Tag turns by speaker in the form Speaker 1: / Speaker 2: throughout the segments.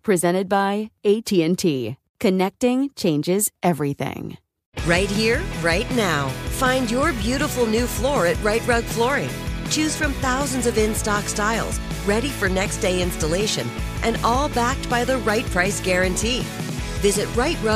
Speaker 1: presented by AT&T. Connecting changes everything.
Speaker 2: Right here, right now. Find your beautiful new floor at Right Rug Flooring. Choose from thousands of in-stock styles ready for next day installation and all backed by the right price guarantee. Visit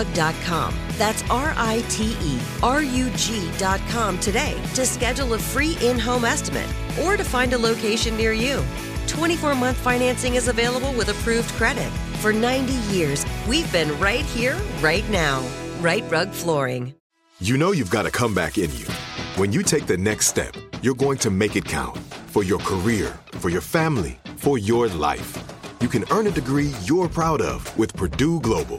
Speaker 2: rightrug.com. That's R I T E R U G.com today to schedule a free in-home estimate or to find a location near you. 24 month financing is available with approved credit. For 90 years, we've been right here, right now. Right Rug Flooring.
Speaker 3: You know you've got a comeback in you. When you take the next step, you're going to make it count for your career, for your family, for your life. You can earn a degree you're proud of with Purdue Global.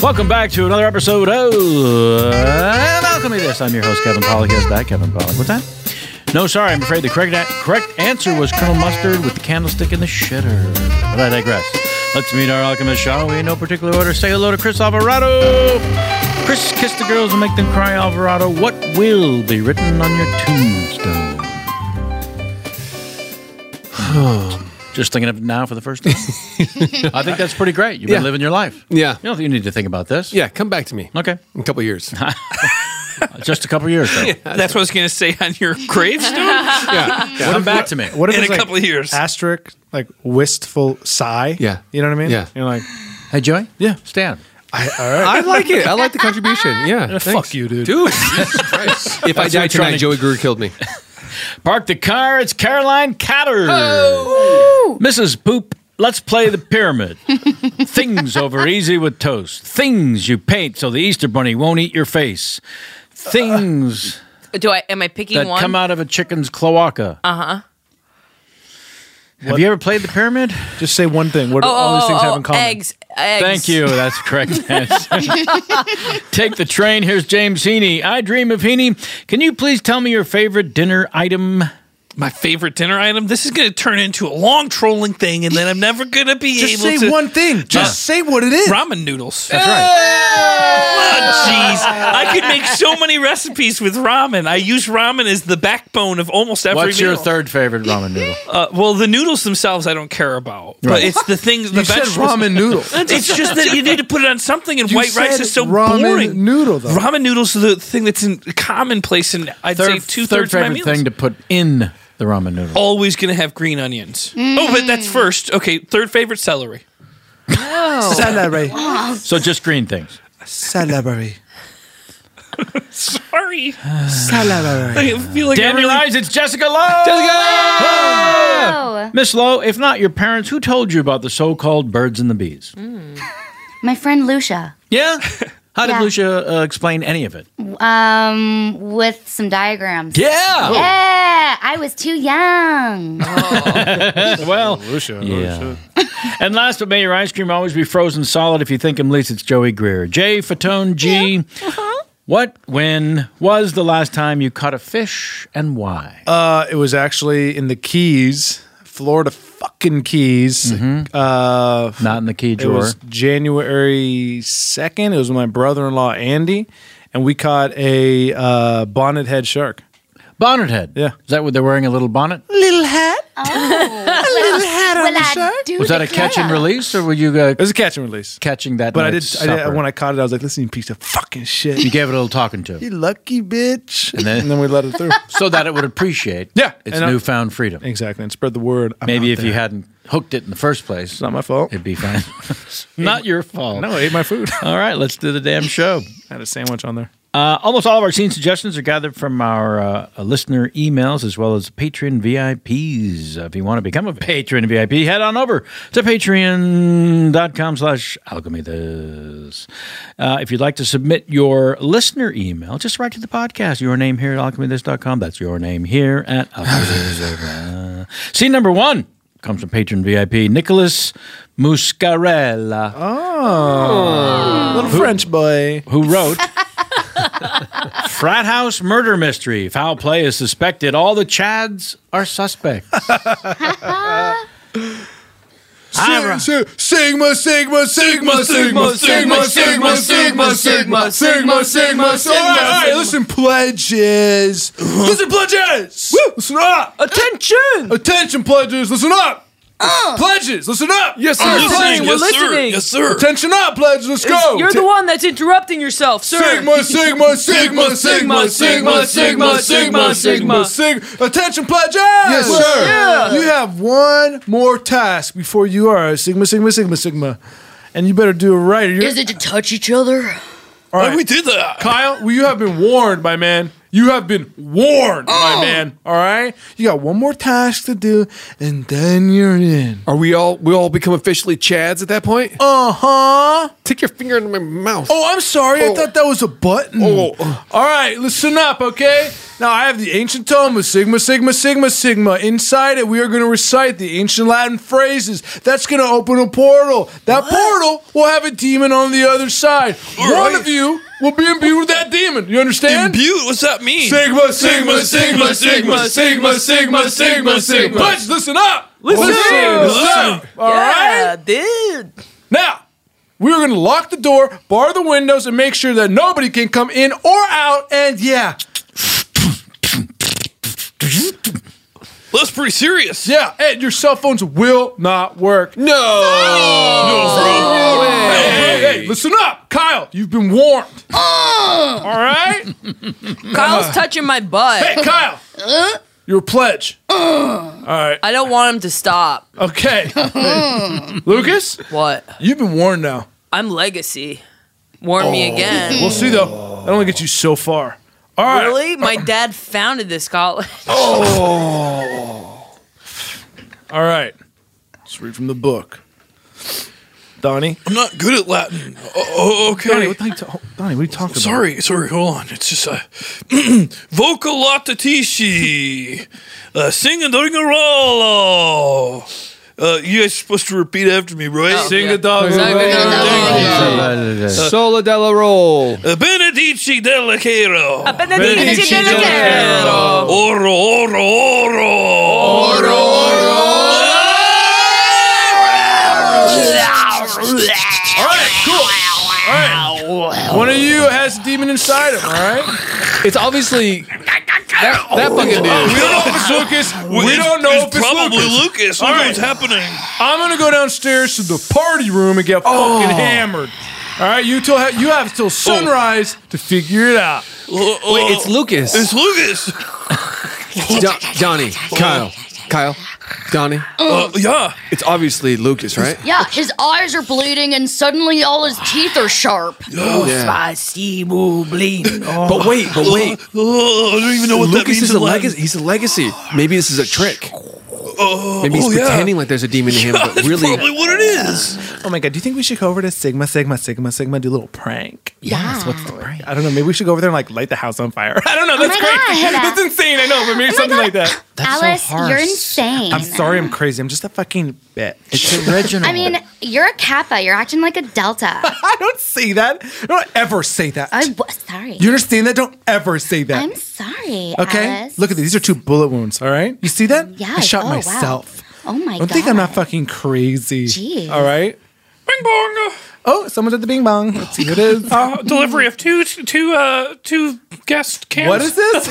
Speaker 4: Welcome back to another episode of uh, Alchemy This. I'm your host, Kevin Pollock. Yes, that Kevin Pollock. What's that? No, sorry, I'm afraid the correct, a- correct answer was Colonel Mustard with the candlestick in the shitter. But I digress. Let's meet our alchemist, shall we? In no particular order, say hello to Chris Alvarado. Chris, kiss the girls and make them cry, Alvarado. What will be written on your tombstone? Just thinking of it now for the first time. I think that's pretty great. You've been
Speaker 5: Yeah.
Speaker 4: living your life.
Speaker 5: Yeah.
Speaker 4: You don't think you need to think about this.
Speaker 5: Yeah, come back to me
Speaker 4: Okay.
Speaker 5: in a couple of years.
Speaker 4: Just a couple of years, though.
Speaker 6: That's what I was going to say on your gravestone.
Speaker 5: yeah, yeah.
Speaker 4: Come back to me.
Speaker 7: What if
Speaker 6: In
Speaker 7: it's
Speaker 6: a
Speaker 7: like
Speaker 6: couple of years.
Speaker 7: Asterisk, like wistful sigh.
Speaker 5: Yeah.
Speaker 7: you know what I mean.
Speaker 5: Yeah.
Speaker 7: you're like,
Speaker 4: Hey, Joey?
Speaker 7: Yeah.
Speaker 4: Stand.
Speaker 7: I, all right.
Speaker 5: I like it. I like the contribution. Yeah,
Speaker 4: Fuck you, dude.
Speaker 5: dude. Jesus Christ. if I
Speaker 4: what we're
Speaker 5: die
Speaker 4: trying to-
Speaker 5: tonight, Joey Greer killed me.
Speaker 4: Park the car. It's Caroline Cotter.
Speaker 5: Oh.
Speaker 4: Mrs. Poop, let's play the pyramid. Things over easy with toast. Things you paint so the Easter Bunny won't eat your face. Things
Speaker 8: Do I? Am I picking
Speaker 4: that
Speaker 8: one? Uh-huh.
Speaker 4: come out of a chicken's cloaca. Uh huh. Have you ever played the pyramid?
Speaker 7: Just say one thing.
Speaker 9: Oh,
Speaker 7: What do all these things have in common?
Speaker 8: Oh, eggs. Eggs.
Speaker 4: Thank you. That's the correct answer. Take the train. Here's James Heaney. I dream of Heaney. Can you please tell me your favorite dinner item?
Speaker 6: My favorite dinner item. This is going to turn into a long trolling thing, and then I'm never going to be
Speaker 5: Just
Speaker 6: able
Speaker 5: say
Speaker 6: to.
Speaker 5: one thing. Just say what it is.
Speaker 6: Ramen noodles.
Speaker 5: That's right.
Speaker 6: Oh, Jeez, I could make so many recipes with ramen. I use ramen as the backbone of almost every
Speaker 4: What's your
Speaker 6: meal.
Speaker 4: third favorite ramen noodle?
Speaker 6: Uh, well, the noodles themselves I don't care about, but
Speaker 4: Right.
Speaker 6: it's the things. The
Speaker 5: You said
Speaker 6: vegetables.
Speaker 5: ramen noodle.
Speaker 6: It's just that you need to put it on something, and
Speaker 7: You
Speaker 6: white rice
Speaker 7: said
Speaker 6: is so
Speaker 7: ramen
Speaker 6: boring.
Speaker 7: noodle, though.
Speaker 6: Ramen noodles are the thing that's in commonplace, and I'd say two
Speaker 4: third
Speaker 6: thirds of my
Speaker 4: favorite
Speaker 6: meals.
Speaker 4: thing to put in the the ramen noodle.
Speaker 6: Always gonna have green onions. Oh, but that's first. Okay, third favorite celery.
Speaker 7: Oh. Celery.
Speaker 4: So just green things.
Speaker 7: Celery.
Speaker 6: Sorry,
Speaker 7: Celery.
Speaker 6: I feel like I
Speaker 4: Damn your
Speaker 6: really-
Speaker 4: lies, it's Jessica Lowe!
Speaker 10: Oh,
Speaker 4: Miss Lowe, if not your parents, who told you about the so called birds and the bees?
Speaker 10: Oh, my friend Lucia.
Speaker 4: Yeah? How did
Speaker 10: Yeah.
Speaker 4: Lucia uh, explain any of it?
Speaker 10: Um, with some diagrams.
Speaker 4: Yeah!
Speaker 10: Yeah, I was too young.
Speaker 7: Oh,
Speaker 4: Oh. well,
Speaker 7: Lucia.
Speaker 4: Yeah. and last but may your ice cream always be frozen solid if you think him least, it's Joey Greer. J. Fatone G. What, when, was the last time you caught a fish and why?
Speaker 7: Uh, it was actually in the Keys, Florida fucking Keys. Uh,
Speaker 4: Mm-hmm. Not in the key
Speaker 7: it
Speaker 4: drawer.
Speaker 7: was January 2nd. It was with my brother in law, Andy, and we caught a uh, bonnet head shark.
Speaker 4: bonnet head.
Speaker 7: Yeah.
Speaker 4: Is that what they're wearing? A little bonnet?
Speaker 7: Little hat?
Speaker 10: Will Oh. I do
Speaker 4: Was that
Speaker 10: the
Speaker 4: a catch and
Speaker 10: job?
Speaker 4: release, or were you uh,
Speaker 7: It was a catch and release.
Speaker 4: catching that?
Speaker 7: But I did,
Speaker 4: night's
Speaker 7: I did.
Speaker 4: supper?
Speaker 7: When I caught it, I was like, "Listen, you piece of fucking shit,
Speaker 4: you gave it a little talking to,
Speaker 7: you lucky bitch," and
Speaker 4: then-
Speaker 7: then, we let it through.
Speaker 4: so that it would appreciate.
Speaker 7: Yeah,
Speaker 4: its
Speaker 7: and I-
Speaker 4: newfound freedom.
Speaker 7: exactly, and spread the word. I'm
Speaker 4: Maybe
Speaker 7: out
Speaker 4: if you
Speaker 7: there.
Speaker 4: hadn't hooked it in the first place,
Speaker 7: it's not my fault.
Speaker 4: it'd be fine. Not your fault.
Speaker 7: No, I ate my food.
Speaker 4: All right, let's do the damn show.
Speaker 7: I had a sandwich on there.
Speaker 4: Uh, almost all of our scene suggestions are gathered from our uh, listener emails as well as patron VIPs. Uh, If you want to become a patron VIP, head on over to patreon.com slash alchemy this. Uh, if you'd like to submit your listener email, just write to the podcast. Your name here at alchemythis.com. That's your name here at alchemythis. scene number one comes from patron VIP Nicholas Muscarella
Speaker 7: Oh. Little French boy.
Speaker 4: who wrote Frat House Murder Mystery. Foul play is suspected. All the Chads are suspects. I'm,
Speaker 11: Sigma, Sigma, Sigma, Sigma, Sigma, Sigma, Sigma, Sigma, Sigma, Sigma, Sigma. All right, listen, pledges. Listen, pledges. Listen up. Attention. Attention, pledges. Listen up. Pledges, listen up. Yes, sir.
Speaker 6: Listening,
Speaker 11: We're
Speaker 6: yes, sir.
Speaker 11: listening.
Speaker 6: Yes, sir.
Speaker 11: Attention up, pledges. Let's go.
Speaker 9: You're the one that's interrupting yourself, sir.
Speaker 11: Sigma, Sigma, Sigma, Sigma, Sigma, Sigma, Sigma, Sigma, Sigma. Attention, pledges. Yes, sir.
Speaker 7: You have one more task before you are a Sigma, Sigma, Sigma, Sigma, and you better do it right. Or you're,
Speaker 9: it to touch each other?
Speaker 7: all
Speaker 6: Why
Speaker 7: right,
Speaker 6: we did that?
Speaker 7: Kyle, well, you have been warned, my man. You have been warned,
Speaker 9: Oh.
Speaker 7: my man. All right, you got one more task to do, and then you're in.
Speaker 11: Are we all we all become officially Chads at that point?
Speaker 7: Uh huh.
Speaker 11: Take your finger in my mouth.
Speaker 7: Oh, I'm sorry. I
Speaker 11: Oh.
Speaker 7: thought that was a button.
Speaker 11: Oh.
Speaker 7: All right, listen up, okay? Now I have the ancient tome of Sigma, Sigma, Sigma, Sigma. Inside it, we are going to recite the ancient Latin phrases. That's going to open a portal. That portal will have a demon on the other side. One
Speaker 6: right.
Speaker 7: of you will be imbued with that demon. You understand?
Speaker 6: Imbued? What's that mean?
Speaker 11: Sigma, Sigma, Sigma, Sigma, Sigma, Sigma, Sigma, Sigma.
Speaker 7: Pledge, listen up.
Speaker 9: Listen.
Speaker 7: Listen up. All right.
Speaker 9: Yeah, dude.
Speaker 7: Now, we are going to lock the door, bar the windows, and make sure that nobody can come in or out. And yeah,
Speaker 6: That's pretty serious.
Speaker 7: yeah, and your cell phones will not work. No. Hey, hey, hey, listen up, Kyle. You've been warned.
Speaker 11: Ah!
Speaker 7: All right?
Speaker 9: Kyle's touching my butt.
Speaker 7: Hey, Kyle.
Speaker 11: Uh?
Speaker 7: Your pledge.
Speaker 9: I don't want him to stop.
Speaker 7: Okay. Lucas,
Speaker 9: What?
Speaker 7: you've been warned now.
Speaker 9: I'm legacy. Warn
Speaker 5: Oh.
Speaker 9: me again.
Speaker 7: We'll see, though. That only gets you so far. All right.
Speaker 9: Really? My dad founded this college.
Speaker 5: Oh.
Speaker 7: All right. Let's read from the book. Donnie.
Speaker 6: I'm not good at Latin. Oh, okay.
Speaker 7: Donnie, what, are you ta- Donnie, what are you talking about?
Speaker 6: Sorry, sorry, hold on. It's just uh, vocalitatici, uh, singadongarolo. Uh, you guys are supposed to repeat after me, right?
Speaker 7: Oh, Sing a dog.
Speaker 11: Sola della roll.
Speaker 6: Uh, benedici della caro.
Speaker 9: Benedici della Chiara.
Speaker 6: Oro, oro, oro. Oro,
Speaker 7: All right, cool. All right. One of you has a demon inside him, all right?
Speaker 11: It's obviously that, that
Speaker 7: We
Speaker 11: fucking dude.
Speaker 7: don't know if it's Lucas. We don't know if
Speaker 6: it's
Speaker 7: it's
Speaker 6: probably
Speaker 7: Lucas.
Speaker 6: Lucas. Look
Speaker 7: All right.
Speaker 6: what's happening.
Speaker 7: I'm going to go downstairs to the party room and get
Speaker 6: Oh.
Speaker 7: fucking hammered. All right, you, till you have till sunrise to figure it out.
Speaker 6: Oh, oh,
Speaker 11: It's Lucas.
Speaker 6: It's Lucas.
Speaker 5: Don- Donnie, Kyle, Kyle, Donnie.
Speaker 10: Uh,
Speaker 5: yeah. It's obviously Lucas, right?
Speaker 10: Yeah, his eyes are bleeding and suddenly all his teeth are sharp.
Speaker 5: Oh, Yeah.
Speaker 10: spicy bleed.
Speaker 9: Oh.
Speaker 5: But wait, but wait.
Speaker 6: I don't even know what that
Speaker 5: Lucas
Speaker 6: means
Speaker 5: is
Speaker 6: in
Speaker 5: a
Speaker 6: Latin.
Speaker 5: legacy. He's a legacy. Maybe this is a trick. Maybe he's
Speaker 6: oh, yeah.
Speaker 5: pretending like there's a demon in him,
Speaker 6: Yeah,
Speaker 5: but
Speaker 6: that's
Speaker 5: really,
Speaker 6: probably what it is.
Speaker 7: Oh my god, do you think we should go over to Sigma, Sigma, Sigma, Sigma, do a little prank? Yes, what's the prank? I don't know. Maybe we should go over there and like light the house on fire. I don't know.
Speaker 10: Oh my
Speaker 7: That's crazy.
Speaker 10: God.
Speaker 7: That's insane. I know, but maybe something like that.
Speaker 10: Alice, you're Oh insane.
Speaker 7: I'm sorry I'm crazy. I'm just a fucking bitch. It's
Speaker 10: I mean, you're a Kappa. You're acting like a Delta.
Speaker 7: I don't say that. Don't ever say that.
Speaker 10: I w- sorry.
Speaker 7: you understand that? Don't ever say that.
Speaker 10: I'm sorry,
Speaker 7: okay?
Speaker 10: Alice.
Speaker 7: Look at these. These are two bullet wounds, all right? You see that?
Speaker 10: Yeah.
Speaker 7: I shot
Speaker 10: oh, wow.
Speaker 7: myself.
Speaker 10: Oh my
Speaker 7: Don't
Speaker 10: god.
Speaker 7: think I'm not fucking crazy.
Speaker 10: Jeez.
Speaker 7: All right.
Speaker 6: Bing bong.
Speaker 7: Oh, someone's at the bing bong. Let's see who it is.
Speaker 6: Uh, delivery of two two uh two gas cans.
Speaker 7: What is this?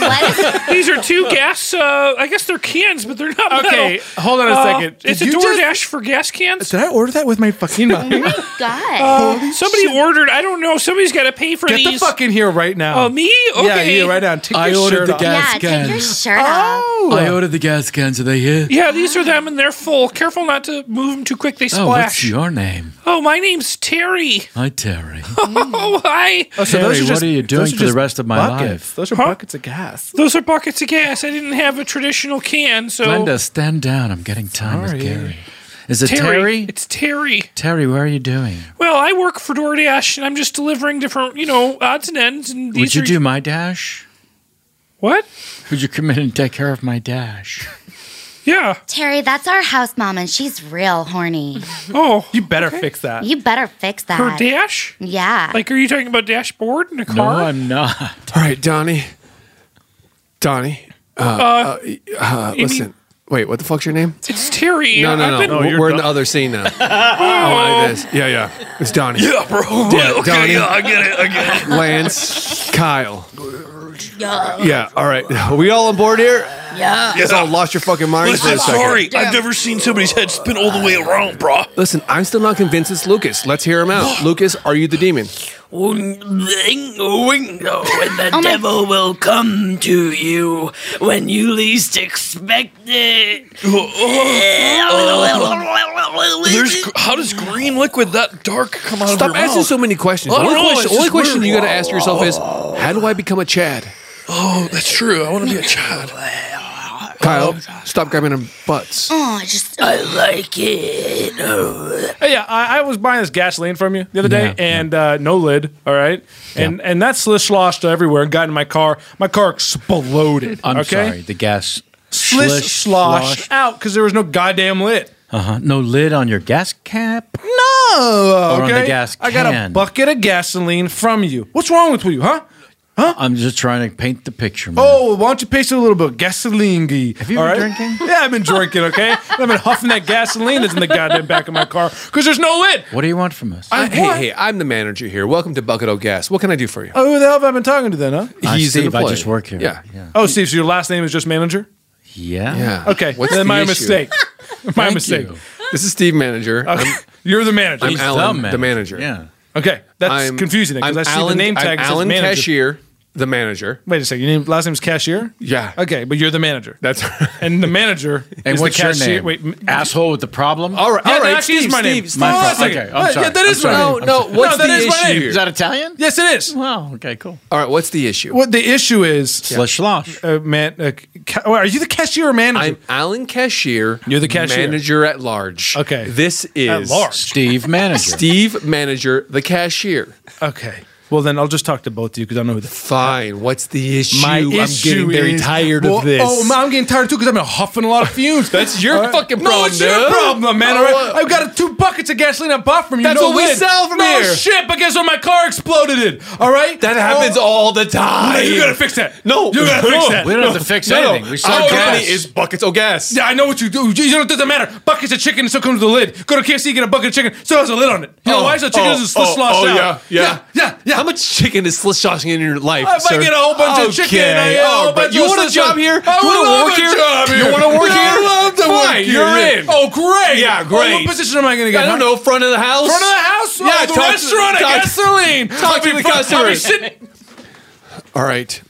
Speaker 6: These are two gas. Uh, I guess they're cans, but they're not.
Speaker 7: Okay,
Speaker 6: metal.
Speaker 7: hold on a
Speaker 6: Uh,
Speaker 7: second. Did
Speaker 6: it's a
Speaker 7: you just-
Speaker 6: DoorDash for gas cans.
Speaker 7: Did I order that with my fucking mouth?
Speaker 10: God.
Speaker 6: Uh, somebody ordered. I don't know. Somebody's got to pay for
Speaker 7: Get the
Speaker 6: these.
Speaker 7: fuck in here right now.
Speaker 6: Oh, me?
Speaker 7: Yeah,
Speaker 6: Okay.
Speaker 7: you right now. Take
Speaker 5: I
Speaker 7: your
Speaker 5: ordered
Speaker 7: shirt
Speaker 5: the
Speaker 7: off.
Speaker 5: gas Yeah, take your cans.
Speaker 10: Shirt off.
Speaker 7: Oh.
Speaker 5: I ordered the gas cans. Are they here?
Speaker 6: yeah, these
Speaker 4: Ah.
Speaker 6: are them, and they're full. Careful not to move them too quick. They
Speaker 5: Oh, what's
Speaker 6: splash.
Speaker 5: your name?
Speaker 6: Oh, my name's Terry.
Speaker 5: Hi, Terry.
Speaker 6: Oh, hi.
Speaker 4: Hmm. Terry, what are you doing
Speaker 7: those are
Speaker 4: for the
Speaker 7: just
Speaker 4: rest of my
Speaker 7: buckets.
Speaker 4: life?
Speaker 7: Those are buckets of gas.
Speaker 6: Those are buckets of gas. I didn't have a traditional can, so
Speaker 4: Glenda, stand down. I'm getting time with Gary. Is it Terry?
Speaker 6: It's Terry.
Speaker 4: Terry, what are you doing?
Speaker 6: Well, I work for DoorDash, and I'm just delivering different, you know, odds and ends. And
Speaker 4: Would
Speaker 6: these
Speaker 4: you
Speaker 6: are
Speaker 4: do my dash?
Speaker 6: What?
Speaker 4: Would you come in and take care of my dash?
Speaker 6: Yeah.
Speaker 10: Terry, that's our house mom, and she's real horny.
Speaker 6: Oh,
Speaker 7: you better fix that.
Speaker 10: You better fix that.
Speaker 6: her dash.
Speaker 10: Yeah.
Speaker 6: Like, are you talking about dashboard in a
Speaker 5: No,
Speaker 6: car?
Speaker 5: I'm
Speaker 4: not.
Speaker 5: All right, Donnie. Donnie. Uh,
Speaker 6: Uh,
Speaker 5: uh, uh,
Speaker 6: you
Speaker 5: listen. Wait, what the fuck's your name?
Speaker 6: It's Terry.
Speaker 5: No, no,
Speaker 6: I've
Speaker 5: no.
Speaker 6: been-
Speaker 5: We're- We're in the other scene now. I want to do this. Yeah, yeah. It's Donnie.
Speaker 6: Yeah, bro.
Speaker 5: Yeah,
Speaker 6: Okay,
Speaker 5: Donnie.
Speaker 6: yeah, I get it. I get it.
Speaker 5: Lance, Kyle.
Speaker 10: Yeah.
Speaker 5: Yeah, all right. Are we all on board here?
Speaker 10: Yeah.
Speaker 5: You guys all lost your fucking minds
Speaker 6: Listen,
Speaker 5: for a
Speaker 6: I'm
Speaker 5: second.
Speaker 6: sorry. I've never seen somebody's head spin all the way around, bro.
Speaker 5: Listen, I'm still not convinced it's Lucas. Let's hear him out. Lucas, are you the demon?
Speaker 9: Wingo, wingo, and the devil will come to you when you least expect it.
Speaker 5: Oh.
Speaker 6: There's, how does green liquid that dark come out of
Speaker 5: Stop
Speaker 6: your
Speaker 5: asking
Speaker 6: mouth?
Speaker 5: so many questions.
Speaker 7: Oh,
Speaker 6: I don't
Speaker 5: Only
Speaker 6: know,
Speaker 5: question,
Speaker 6: it's
Speaker 5: only
Speaker 6: just
Speaker 5: question
Speaker 6: weird.
Speaker 5: you got to ask yourself is, how do I become a Chad?
Speaker 6: Oh, that's true. I want to be a child.
Speaker 5: Kyle, stop grabbing her butts.
Speaker 10: Oh, I just.
Speaker 9: I like it. Oh.
Speaker 7: Hey, Uh, yeah, I, I was buying this gasoline from you the other day, and uh, no lid. All right, and and that slishlosh everywhere. Got in my car. My car exploded.
Speaker 4: I'm
Speaker 7: okay?
Speaker 4: sorry. The gas.
Speaker 7: Slish, slosh, out because there was no goddamn lid.
Speaker 4: Uh huh. No lid on your gas cap.
Speaker 7: No,
Speaker 4: Or on
Speaker 7: okay.
Speaker 4: the gas
Speaker 7: I got a
Speaker 4: can.
Speaker 7: bucket of gasoline from you. What's wrong with you, huh? Huh?
Speaker 4: I'm just trying to paint the picture. Man.
Speaker 7: Oh, why don't you paste it a little bit of gasoline? Have
Speaker 4: you been drinking?
Speaker 7: Yeah, I've been drinking. Okay, I've been huffing that gasoline that's in the goddamn back of my car because there's no lid.
Speaker 4: What do you want from us?
Speaker 5: I, hey,
Speaker 7: what?
Speaker 5: hey, I'm the manager here. Welcome to Bucket O Gas. What can I do for you?
Speaker 7: Oh, who the hell have I been talking to then, huh?
Speaker 5: Uh, He's an
Speaker 4: Steve, I
Speaker 5: employee.
Speaker 4: just work here.
Speaker 5: Yeah.
Speaker 7: Oh, Steve, so your last name is just manager?
Speaker 4: Yeah.
Speaker 5: Yeah.
Speaker 7: Okay,
Speaker 5: What's
Speaker 7: then
Speaker 5: the
Speaker 7: my
Speaker 5: issue?
Speaker 7: mistake. my
Speaker 5: Thank
Speaker 7: mistake.
Speaker 5: you. This is Steve Manager. I'm,
Speaker 7: You're the manager.
Speaker 5: I'm Alan, the manager.
Speaker 4: Yeah.
Speaker 7: Okay, that's
Speaker 5: I'm-
Speaker 7: confusing because
Speaker 5: I'm
Speaker 7: I see
Speaker 5: Alan,
Speaker 7: the name tag.
Speaker 5: I'm
Speaker 7: says
Speaker 5: Alan
Speaker 7: manager.
Speaker 5: Cashier, the manager.
Speaker 7: Wait a second. Your name, last name's Cashier.
Speaker 5: Yeah.
Speaker 7: Okay, but you're the manager.
Speaker 5: That's
Speaker 7: and the manager.
Speaker 4: And
Speaker 7: is
Speaker 4: what's
Speaker 7: the
Speaker 4: your
Speaker 7: cashier.
Speaker 4: name?
Speaker 7: Wait, m-
Speaker 4: Asshole with the problem.
Speaker 5: All right.
Speaker 7: yeah,
Speaker 5: all
Speaker 7: that
Speaker 5: right.
Speaker 7: actually
Speaker 5: Steve,
Speaker 7: is my name.
Speaker 5: Steve,
Speaker 7: Oh,
Speaker 4: My
Speaker 7: wait a
Speaker 4: fault.
Speaker 7: second.
Speaker 4: Okay, I'm
Speaker 7: Uh,
Speaker 4: sorry.
Speaker 7: Yeah, that
Speaker 4: I'm
Speaker 7: is my
Speaker 4: sorry.
Speaker 5: No,
Speaker 7: name.
Speaker 5: no. What's
Speaker 7: that
Speaker 5: the
Speaker 7: is my
Speaker 5: issue
Speaker 7: name.
Speaker 5: here?
Speaker 4: Is that Italian?
Speaker 7: Yes, it is.
Speaker 4: Wow. Okay. Cool.
Speaker 5: all right. What's the issue?
Speaker 7: What the issue is?
Speaker 4: Slush slosh.
Speaker 7: Uh, man, uh, ca- oh, are you the cashier or manager?
Speaker 5: I'm Alan Cashier.
Speaker 7: You're the cashier.
Speaker 5: Manager at large.
Speaker 7: Okay.
Speaker 5: This is
Speaker 7: At large.
Speaker 4: Steve manager.
Speaker 5: Steve Manager, the cashier.
Speaker 7: Okay. Well, then I'll just talk to both of you because I know who the
Speaker 5: Fine. What's the issue?
Speaker 7: My
Speaker 5: I'm
Speaker 7: issue
Speaker 5: getting very
Speaker 7: is-
Speaker 5: tired
Speaker 7: Well,
Speaker 5: of this.
Speaker 7: Oh, man, I'm getting tired too because I've been huffing a lot of fumes.
Speaker 5: That's your
Speaker 7: All right.
Speaker 5: fucking
Speaker 7: No,
Speaker 5: problem,
Speaker 7: it's your
Speaker 5: dude.
Speaker 7: problem, man. All
Speaker 5: Oh,
Speaker 7: right,
Speaker 5: uh,
Speaker 7: I've got two buckets of gasoline I bought from you.
Speaker 5: That's
Speaker 7: no
Speaker 5: what we
Speaker 7: lid.
Speaker 5: sell from
Speaker 7: no
Speaker 5: here.
Speaker 7: shit, but guess what? My car exploded. It. All right.
Speaker 5: That happens
Speaker 7: Oh,
Speaker 5: all the time.
Speaker 7: no, you gotta fix that.
Speaker 5: No.
Speaker 7: you gotta fix that.
Speaker 4: We don't have to fix
Speaker 5: No,
Speaker 4: anything.
Speaker 5: no. Our
Speaker 4: We saw
Speaker 5: daddy
Speaker 4: gas.
Speaker 5: is buckets of gas.
Speaker 7: Oh, Yeah, I know what you do. You know, it doesn't matter. Buckets of chicken still comes with a lid. Go to KFC, get a bucket of chicken, still has a lid on it. You know
Speaker 5: Oh,
Speaker 7: why? So chicken
Speaker 5: oh,
Speaker 7: doesn't slush
Speaker 5: oh,
Speaker 7: slosh
Speaker 5: oh,
Speaker 7: out.
Speaker 5: yeah, yeah.
Speaker 7: yeah, yeah.
Speaker 5: How much chicken is sloshing in your life,
Speaker 7: If
Speaker 5: sir?
Speaker 7: I get a whole bunch of
Speaker 5: Okay,
Speaker 7: chicken, I get a whole
Speaker 5: all right.
Speaker 7: bunch
Speaker 5: You
Speaker 7: of
Speaker 5: want a
Speaker 7: sausage.
Speaker 5: job here?
Speaker 7: I
Speaker 5: you
Speaker 7: would
Speaker 5: want to
Speaker 7: love
Speaker 5: work
Speaker 7: a
Speaker 5: here?
Speaker 7: job
Speaker 5: You
Speaker 7: here.
Speaker 5: want to work
Speaker 7: I
Speaker 5: here?
Speaker 7: love to work
Speaker 5: Fine,
Speaker 7: here,
Speaker 5: You're
Speaker 7: yeah.
Speaker 5: in.
Speaker 7: Oh, great.
Speaker 5: Yeah,
Speaker 7: Oh,
Speaker 5: great.
Speaker 7: what position am I gonna get,
Speaker 5: I don't
Speaker 7: huh?
Speaker 5: know. Front of the house.
Speaker 7: Front of the house?
Speaker 5: Yeah,
Speaker 7: oh,
Speaker 5: talk
Speaker 7: the
Speaker 5: to-
Speaker 7: restaurant,
Speaker 5: talk-
Speaker 7: I gasoline.
Speaker 5: Talk to the
Speaker 7: I'll be
Speaker 5: customer.
Speaker 7: sitting-
Speaker 5: All right.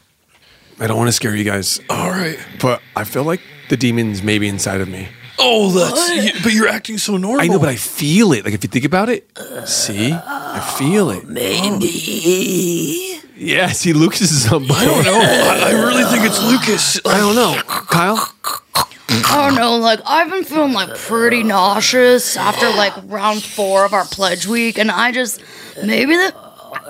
Speaker 5: I don't want to scare you guys. All right. But I feel like the demon's maybe inside of me.
Speaker 6: Oh, that's. You, but you're acting so normal.
Speaker 5: I know, but I feel it. Like if you think about it, see, I feel
Speaker 6: Oh.
Speaker 5: it.
Speaker 7: Oh,
Speaker 5: Maybe. Yeah. See, Lucas is on. I don't
Speaker 6: know. I, I really think it's Lucas. I don't know,
Speaker 5: Kyle.
Speaker 12: I don't know, like I've been feeling like pretty nauseous after like round four of our pledge week, and I just maybe that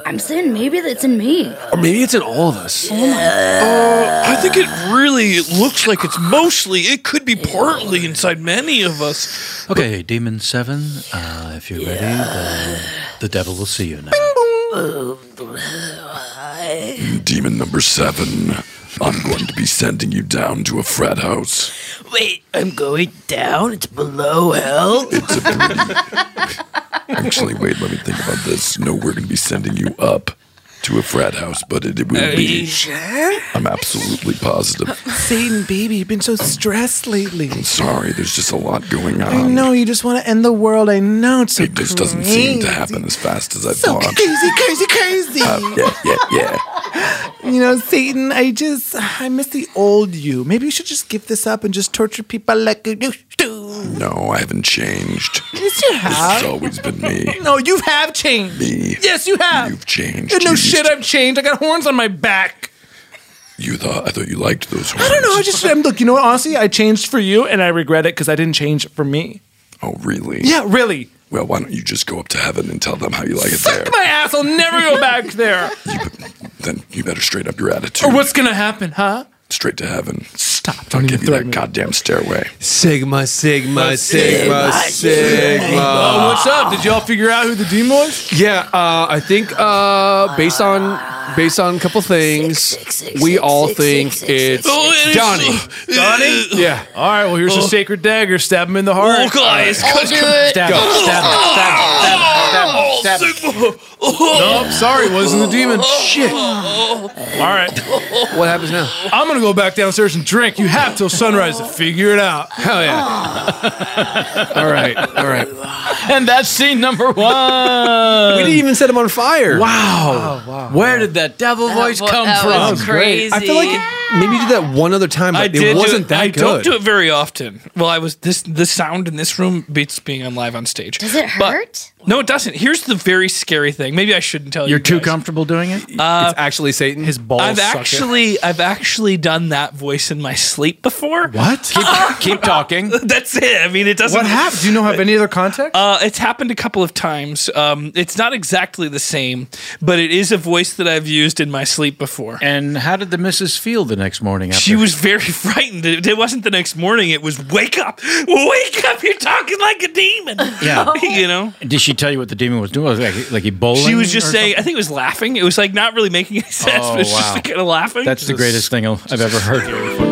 Speaker 12: I'm saying maybe that's in me.
Speaker 5: Or maybe it's in all of us.
Speaker 11: Oh
Speaker 6: Uh, I think it really it looks like it's mostly. It could be partly inside many of us.
Speaker 13: Okay, Demon Seven. Uh, if you're ready, the, the devil will see you now.
Speaker 9: Oh.
Speaker 14: Demon number seven. I'm going to be sending you down to a frat house.
Speaker 9: Wait, I'm going down. It's below hell.
Speaker 14: It's a Actually, wait, let me think about this. No, we're going to be sending you up to a frat house, but it, it will
Speaker 6: Are
Speaker 14: be.
Speaker 6: you sure?
Speaker 14: I'm absolutely positive.
Speaker 11: Satan, baby, you've been so stressed lately.
Speaker 14: I'm sorry, there's just a lot going
Speaker 11: I
Speaker 14: on.
Speaker 11: know you just want to end the world. I know it's so
Speaker 14: It just doesn't seem to
Speaker 11: crazy.
Speaker 14: happen as fast as I
Speaker 11: So
Speaker 14: thought.
Speaker 11: crazy, crazy, crazy.
Speaker 14: Uh, yeah, yeah, yeah.
Speaker 11: You know, Satan, I just I miss the old you. Maybe you should just give this up and just torture people like you used to.
Speaker 14: No, I haven't changed.
Speaker 11: Yes, you
Speaker 14: This has
Speaker 11: have.
Speaker 14: always been me.
Speaker 11: No, you have changed.
Speaker 14: Me.
Speaker 11: Yes, you have.
Speaker 14: You've changed.
Speaker 11: And no
Speaker 14: You
Speaker 11: shit, I've changed. I got horns on my back.
Speaker 14: You thought I thought you liked those
Speaker 11: I
Speaker 14: horns.
Speaker 11: don't know. I just I'm, look. You know what? Honestly, I changed for you, and I regret it because I didn't change for me.
Speaker 14: Oh, really?
Speaker 11: Yeah, really.
Speaker 14: Well, why don't you just go up to heaven and tell them how you like it there?
Speaker 11: My ass. I'll never go back there.
Speaker 14: Then you better straight up your attitude.
Speaker 11: or what's gonna happen, huh?
Speaker 14: Straight to heaven.
Speaker 11: Stop.
Speaker 14: I'll give you that goddamn stairway.
Speaker 5: Sigma, Sigma, Sigma, Sigma.
Speaker 7: Oh, what's up? Did y'all figure out who the demon was?
Speaker 5: Yeah, uh, I think uh, based on based on a couple things, we all think it's Johnny.
Speaker 7: Donnie?
Speaker 5: Yeah.
Speaker 7: All right, well, here's a
Speaker 5: Oh.
Speaker 7: sacred dagger. Stab him in the heart.
Speaker 5: Oh, guys, I'll do it.
Speaker 7: Stab
Speaker 5: Go.
Speaker 7: him, stab him, stab him, stab him, stab him.
Speaker 6: Oh.
Speaker 7: Nope, sorry, wasn't the demon. Shit.
Speaker 9: All
Speaker 7: right.
Speaker 5: What happens now?
Speaker 7: I'm gonna go back downstairs and drink. You have till sunrise to figure it out. Hell yeah.
Speaker 5: all right, all right.
Speaker 13: And that's scene number one.
Speaker 5: We didn't even set him on fire.
Speaker 13: Wow. Where did that devil
Speaker 5: That
Speaker 13: voice
Speaker 5: vo-
Speaker 13: come
Speaker 5: that
Speaker 13: from?
Speaker 5: was Oh, That was great. I feel like it- Maybe you did that one other time, but
Speaker 6: I
Speaker 5: it
Speaker 6: did. do
Speaker 5: wasn't that
Speaker 6: I
Speaker 5: good.
Speaker 6: don't do it very often. Well, I was this. The sound in this room beats being on live on stage. Does it
Speaker 12: hurt?
Speaker 6: no, it doesn't. Here's the very scary thing. Maybe I shouldn't tell Oh, you.
Speaker 13: You're too
Speaker 6: guys.
Speaker 13: comfortable doing it?
Speaker 6: Uh,
Speaker 5: it's actually Satan. His
Speaker 13: balls.
Speaker 6: I've actually, I've actually done that voice in my sleep before.
Speaker 13: What?
Speaker 6: Keep,
Speaker 13: keep talking.
Speaker 6: That's it. I mean, it doesn't.
Speaker 7: What happened? Do you know have any other context?
Speaker 6: Uh, it's happened a couple of times. Um, it's not exactly the same, but it is a voice that I've used in my sleep before.
Speaker 13: And how did the missus feel the next morning? After
Speaker 6: She was very frightened. It it wasn't the next morning. It was wake up, wake up. You're talking like a demon.
Speaker 13: Yeah.
Speaker 6: you know.
Speaker 13: Did she tell you what the demon was doing? Was it like, like he bowling?
Speaker 6: She was just
Speaker 13: or
Speaker 6: saying. I think it was laughing. It was like not really making any sense,
Speaker 13: Oh,
Speaker 6: but it's
Speaker 13: wow.
Speaker 6: just kind of laughing.
Speaker 13: something? That's the greatest thing I'll- I've ever heard.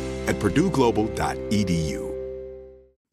Speaker 3: at purdueglobal.edu.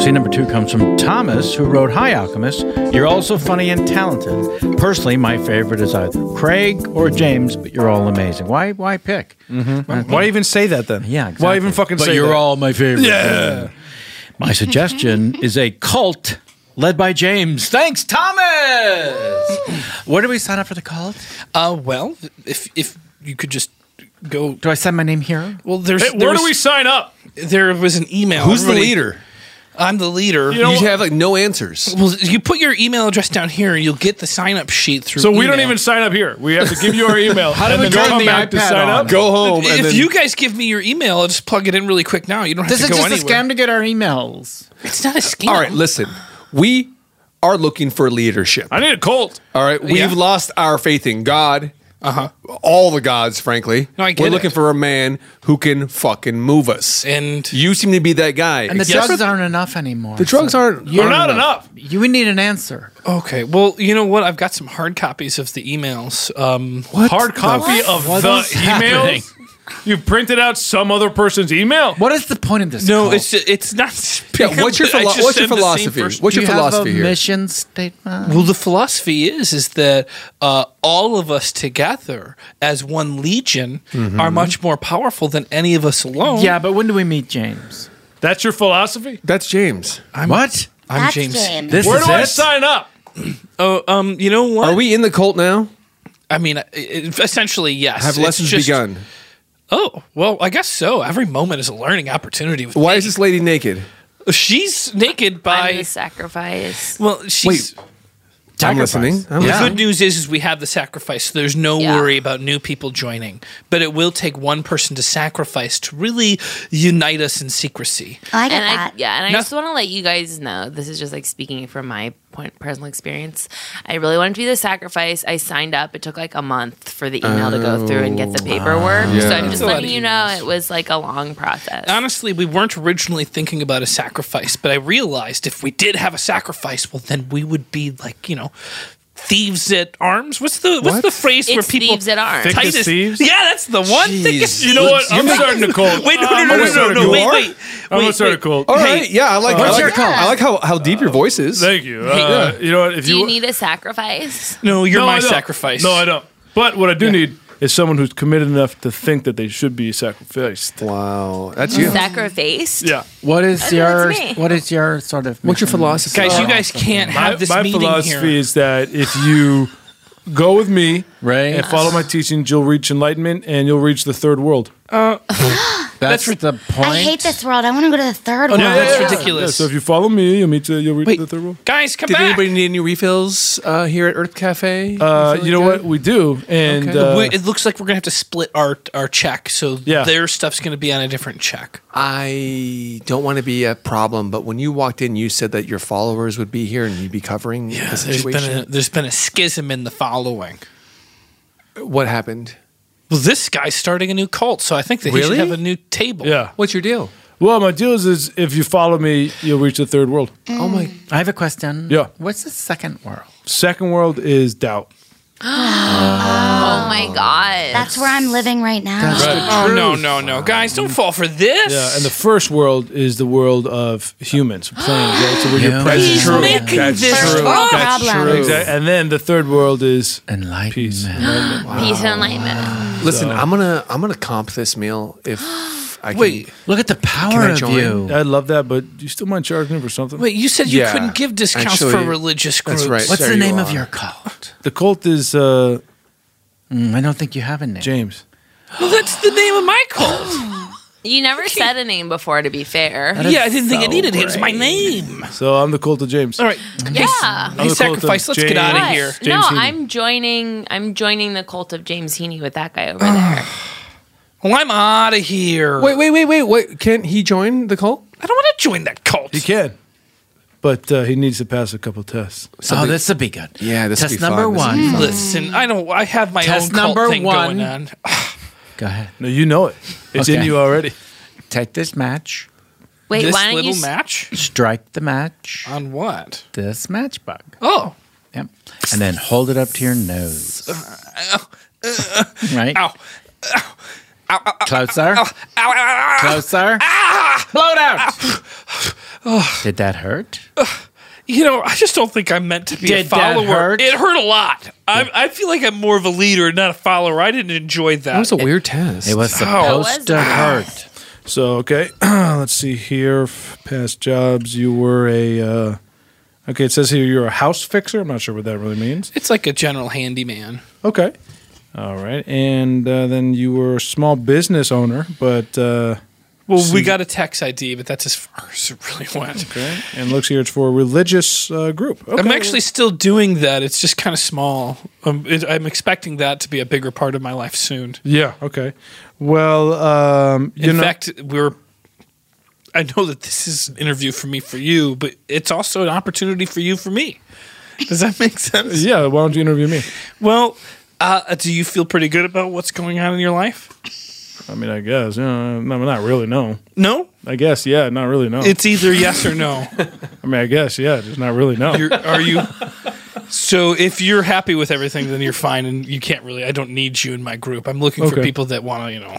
Speaker 13: See, number two comes from Thomas, who wrote Hi, Alchemist. You're also funny and talented. Personally, my favorite is either Craig or James, but you're all amazing. Why Why pick? Mm-hmm.
Speaker 7: Why even say that then?
Speaker 13: Yeah,
Speaker 7: Why even fucking
Speaker 13: But
Speaker 7: say
Speaker 13: you're
Speaker 7: that?
Speaker 13: all my favorite.
Speaker 7: Yeah.
Speaker 13: My suggestion is a cult led by James. Thanks, Thomas! Where do we sign up for the cult?
Speaker 6: Uh, well, if if you could just go. Do
Speaker 13: I sign my name here?
Speaker 6: Well, there's.
Speaker 13: Hey, where
Speaker 6: there
Speaker 13: do
Speaker 6: was-
Speaker 13: we
Speaker 6: sign up? There was an email.
Speaker 5: Who's the
Speaker 6: Everybody-
Speaker 5: leader?
Speaker 6: I'm the leader.
Speaker 5: You know You what? have,
Speaker 6: like no answers. Well, you put your email address down here, and you'll get the sign up sheet through.
Speaker 7: So we don't
Speaker 6: email.
Speaker 7: even sign up here. We have to give you our email. and then come back to sign up?
Speaker 6: If you guys give me your email, I'll just plug it in really quick now. You don't have
Speaker 13: This
Speaker 6: to
Speaker 13: is
Speaker 6: go
Speaker 13: just
Speaker 6: anywhere.
Speaker 13: a scam to get our emails.
Speaker 6: It's not a scam.
Speaker 5: All right, listen. We are looking for leadership. I
Speaker 7: need a cult.
Speaker 5: All right, we've
Speaker 6: Yeah.
Speaker 5: lost our faith in God. Uh-huh. All the gods, frankly.
Speaker 6: No, I get
Speaker 5: We're
Speaker 6: it.
Speaker 5: looking for a man who can fucking move us.
Speaker 6: And
Speaker 5: you seem to be that guy.
Speaker 13: And the
Speaker 5: Except
Speaker 13: drugs
Speaker 5: for-
Speaker 13: aren't enough anymore.
Speaker 5: The drugs aren't-
Speaker 13: You're
Speaker 5: aren't They're not enough.
Speaker 13: You would need an answer.
Speaker 6: Okay. Well, you know what? I've got some hard copies of the emails. Um,
Speaker 7: Hard copy of the emails? You printed out some other person's email?
Speaker 13: What is the point of this?
Speaker 6: No, it's it's not.
Speaker 7: Yeah, what's your
Speaker 6: I
Speaker 7: philo-
Speaker 6: just
Speaker 7: what's your
Speaker 6: send the same
Speaker 7: philosophy?
Speaker 6: person.
Speaker 7: What's your Do you have
Speaker 13: a mission statement.
Speaker 6: Well, the philosophy is is that uh, all of us together as one legion
Speaker 5: Mm-hmm.
Speaker 13: Mhm.
Speaker 6: are much more powerful than any of us alone.
Speaker 13: Yeah, but when do we meet James?
Speaker 7: That's your philosophy?
Speaker 5: That's James.
Speaker 6: I'm,
Speaker 13: what?
Speaker 6: I'm
Speaker 13: That's
Speaker 6: James.
Speaker 13: James. This Where is do I it?
Speaker 7: sign up?
Speaker 6: Oh, um, you know what? Are
Speaker 5: we in the cult now?
Speaker 6: I mean, i- i- essentially, yes.
Speaker 5: Have
Speaker 6: It's
Speaker 5: lessons
Speaker 6: just-
Speaker 5: begun?
Speaker 6: Oh well, I guess so. Every moment is a learning opportunity. With
Speaker 5: Why is this lady naked?
Speaker 6: she's naked by
Speaker 8: sacrifice.
Speaker 6: Well, she's.
Speaker 5: I'm listening. I'm
Speaker 6: the
Speaker 5: listening.
Speaker 6: good news is, is we have the sacrifice. So there's no
Speaker 8: Yeah.
Speaker 6: worry about new people joining, but it will take one person to sacrifice to really unite us in secrecy.
Speaker 8: Oh, I get and I, yeah, and I
Speaker 6: No-
Speaker 8: just want to let you guys know this is just like speaking from my point personal experience. I really wanted to be the sacrifice. I signed up. It took like a month for the email to go through and get the paperwork.
Speaker 6: Oh.
Speaker 8: So
Speaker 6: Yeah.
Speaker 8: I'm
Speaker 6: That's
Speaker 8: just
Speaker 6: a lot
Speaker 8: letting
Speaker 6: of
Speaker 8: you know it was like a long process.
Speaker 6: Honestly, we weren't originally thinking about a sacrifice, but I realized if we did have a sacrifice, well, then we would be like you know. Thieves at arms. What's the what's
Speaker 8: What?
Speaker 6: the phrase where
Speaker 8: It's
Speaker 6: people
Speaker 8: thieves at arms. Thick as
Speaker 6: Titus-
Speaker 7: thieves?
Speaker 6: Yeah, that's the one. Thickest.
Speaker 7: You know what? I'm starting to cult.
Speaker 6: Wait, no,
Speaker 7: I'm
Speaker 6: no, no,
Speaker 7: gonna
Speaker 6: no, no,
Speaker 7: start a
Speaker 6: no.
Speaker 7: cult.
Speaker 6: Wait,
Speaker 7: You are?
Speaker 6: wait.
Speaker 7: I'm
Speaker 6: wait,
Speaker 7: gonna start a
Speaker 6: wait.
Speaker 7: cult.
Speaker 5: All right. yeah, I like. I
Speaker 7: What's
Speaker 5: like,
Speaker 7: your cult?
Speaker 5: I like how, how deep your voice is.
Speaker 7: Thank you. Uh, you know what? If
Speaker 8: Do you,
Speaker 7: you,
Speaker 8: need a sacrifice?
Speaker 7: I don't. No, I don't. But what I do need is someone who's committed enough to think that they should be sacrificed.
Speaker 5: Wow, that's
Speaker 8: Sacrificed.
Speaker 7: Yeah.
Speaker 13: What is your
Speaker 8: me.
Speaker 13: what is your sort of
Speaker 7: What's your
Speaker 13: mission? Oh,
Speaker 7: philosophy?
Speaker 6: Guys, you guys can't have this
Speaker 7: my
Speaker 6: meeting
Speaker 7: philosophy
Speaker 6: here.
Speaker 7: is that if you go with me Right. And follow my teachings, you'll reach enlightenment and you'll reach the third world.
Speaker 12: Uh,
Speaker 7: That's, the point. Oh,
Speaker 12: I hate this world. I want to go to the third world.
Speaker 7: so if you follow me, you'll meet. you'll reach the third world.
Speaker 6: Guys, come
Speaker 5: Did anybody need any refills uh, here at Earth Cafe?
Speaker 7: Uh, you know what we do, and uh,
Speaker 6: We- it looks like we're gonna have to split our our check, so
Speaker 5: Yeah.
Speaker 6: their stuff's gonna be on a different check.
Speaker 5: I don't want to be a problem, but when you walked in, you said that your followers would be here and you'd be covering the
Speaker 6: There's
Speaker 5: situation.
Speaker 6: been a there's been a schism in the following.
Speaker 5: what happened?
Speaker 6: Well, this guy's starting a new cult, so I think that he
Speaker 7: Really?
Speaker 6: should have a new table.
Speaker 7: Yeah.
Speaker 5: What's your deal?
Speaker 7: Well, my deal is, is if you follow me, you'll reach the third world.
Speaker 6: Oh my-
Speaker 7: I have a question. Yeah.
Speaker 4: What's the second world?
Speaker 7: Second world is doubt.
Speaker 8: Oh my god.
Speaker 12: That's where I'm living right now.
Speaker 6: Oh no no no, guys, don't fall for this.
Speaker 7: Yeah, and the first world is the world of humans, planes, right? So where your
Speaker 6: Humans.
Speaker 7: presence
Speaker 6: He's making
Speaker 7: That's
Speaker 6: this
Speaker 7: true.
Speaker 6: up.
Speaker 7: That's
Speaker 6: Problem.
Speaker 7: true. Exactly. And then the third world is enlightenment. Peace.
Speaker 8: Peace and enlightenment.
Speaker 5: Listen, I'm gonna I'm gonna comp this meal if I can.
Speaker 7: Wait,
Speaker 5: look at the
Speaker 7: Can I join? I love that, but you still mind charging me for something?
Speaker 6: Wait, you said you couldn't give discounts for religious groups.
Speaker 4: What's the name of your cult?
Speaker 7: The cult is. Uh,
Speaker 4: Mm, I don't think you have a name.
Speaker 7: James.
Speaker 6: Well, that's the name of my cult.
Speaker 8: You never said a name before, to be fair.
Speaker 6: yeah, I didn't think I needed it. It was my name.
Speaker 7: So I'm the cult of James.
Speaker 6: All right.
Speaker 8: Yeah.
Speaker 7: Hey, sacrifice, let's get outta
Speaker 8: What?
Speaker 7: here.
Speaker 8: No,
Speaker 7: James Heaney.
Speaker 8: I'm joining. I'm joining the cult of James Heaney with that guy over there.
Speaker 6: Well, I'm out of here.
Speaker 5: Wait, wait, wait, wait, wait. Can't he join the cult?
Speaker 6: I don't want to join that cult.
Speaker 7: He can, but uh, he needs to pass a couple tests.
Speaker 6: Something-
Speaker 4: this will be good.
Speaker 5: Yeah,
Speaker 4: this Test will be number fun. This will be one. fun.
Speaker 6: Listen, I don't. I have my
Speaker 4: Test
Speaker 6: own cult
Speaker 4: number
Speaker 6: thing
Speaker 4: one.
Speaker 6: going on.
Speaker 4: Go ahead.
Speaker 7: No, you know it. It's in you already.
Speaker 4: Take this match.
Speaker 8: Wait,
Speaker 6: this
Speaker 8: why don't
Speaker 6: little
Speaker 8: you s-
Speaker 6: match
Speaker 4: Strike the match.
Speaker 6: on what?
Speaker 4: This match bug.
Speaker 6: Oh,
Speaker 4: Yep. And then hold it up to your nose.
Speaker 6: Uh,
Speaker 4: right. Ow.
Speaker 6: uh,
Speaker 4: Closer. Closer.
Speaker 6: ah!
Speaker 4: Blow it out. Did that hurt?
Speaker 6: you know, I just don't think I'm meant to be a
Speaker 4: Did that
Speaker 6: follower.
Speaker 4: hurt?
Speaker 6: It hurt a lot. I, I feel like I'm more of a leader, not a follower. I didn't enjoy that.
Speaker 5: That was a weird test.
Speaker 7: It was
Speaker 6: supposed to hurt.
Speaker 7: So okay, let's see here. F- Past jobs, you were a. Uh, okay, it says here you're a house fixer. I'm not sure what that really means.
Speaker 6: It's like a general handyman.
Speaker 7: Okay, all right, and uh, then you were a small business owner, but uh,
Speaker 6: Well, we
Speaker 7: seems-
Speaker 6: got a tax ID, but that's as far as it really went.
Speaker 7: Okay. and looks here it's for a religious uh, group. Okay.
Speaker 6: I'm actually still doing that. It's just kind of small. Um, it, I'm expecting that to be a bigger part of my life soon.
Speaker 7: yeah okay. Well, um, you
Speaker 6: In
Speaker 7: know,
Speaker 6: fact, we're. I know that this is an interview for me for you, but it's also an opportunity for you for me. Does that make sense?
Speaker 7: yeah. Why don't you interview me?
Speaker 6: Well, uh, do you feel pretty good about what's going on in your life?
Speaker 7: I mean, I guess. Uh, no, not really. No.
Speaker 6: No.
Speaker 7: I guess. Yeah. Not really. No.
Speaker 6: It's either yes or no.
Speaker 7: I mean, I guess. Yeah. Just not really. No.
Speaker 6: You're, are you? So if you're happy with everything, then you're fine, and you can't really. I don't need you in my group. I'm looking for
Speaker 4: Okay.
Speaker 6: people that want to, you know.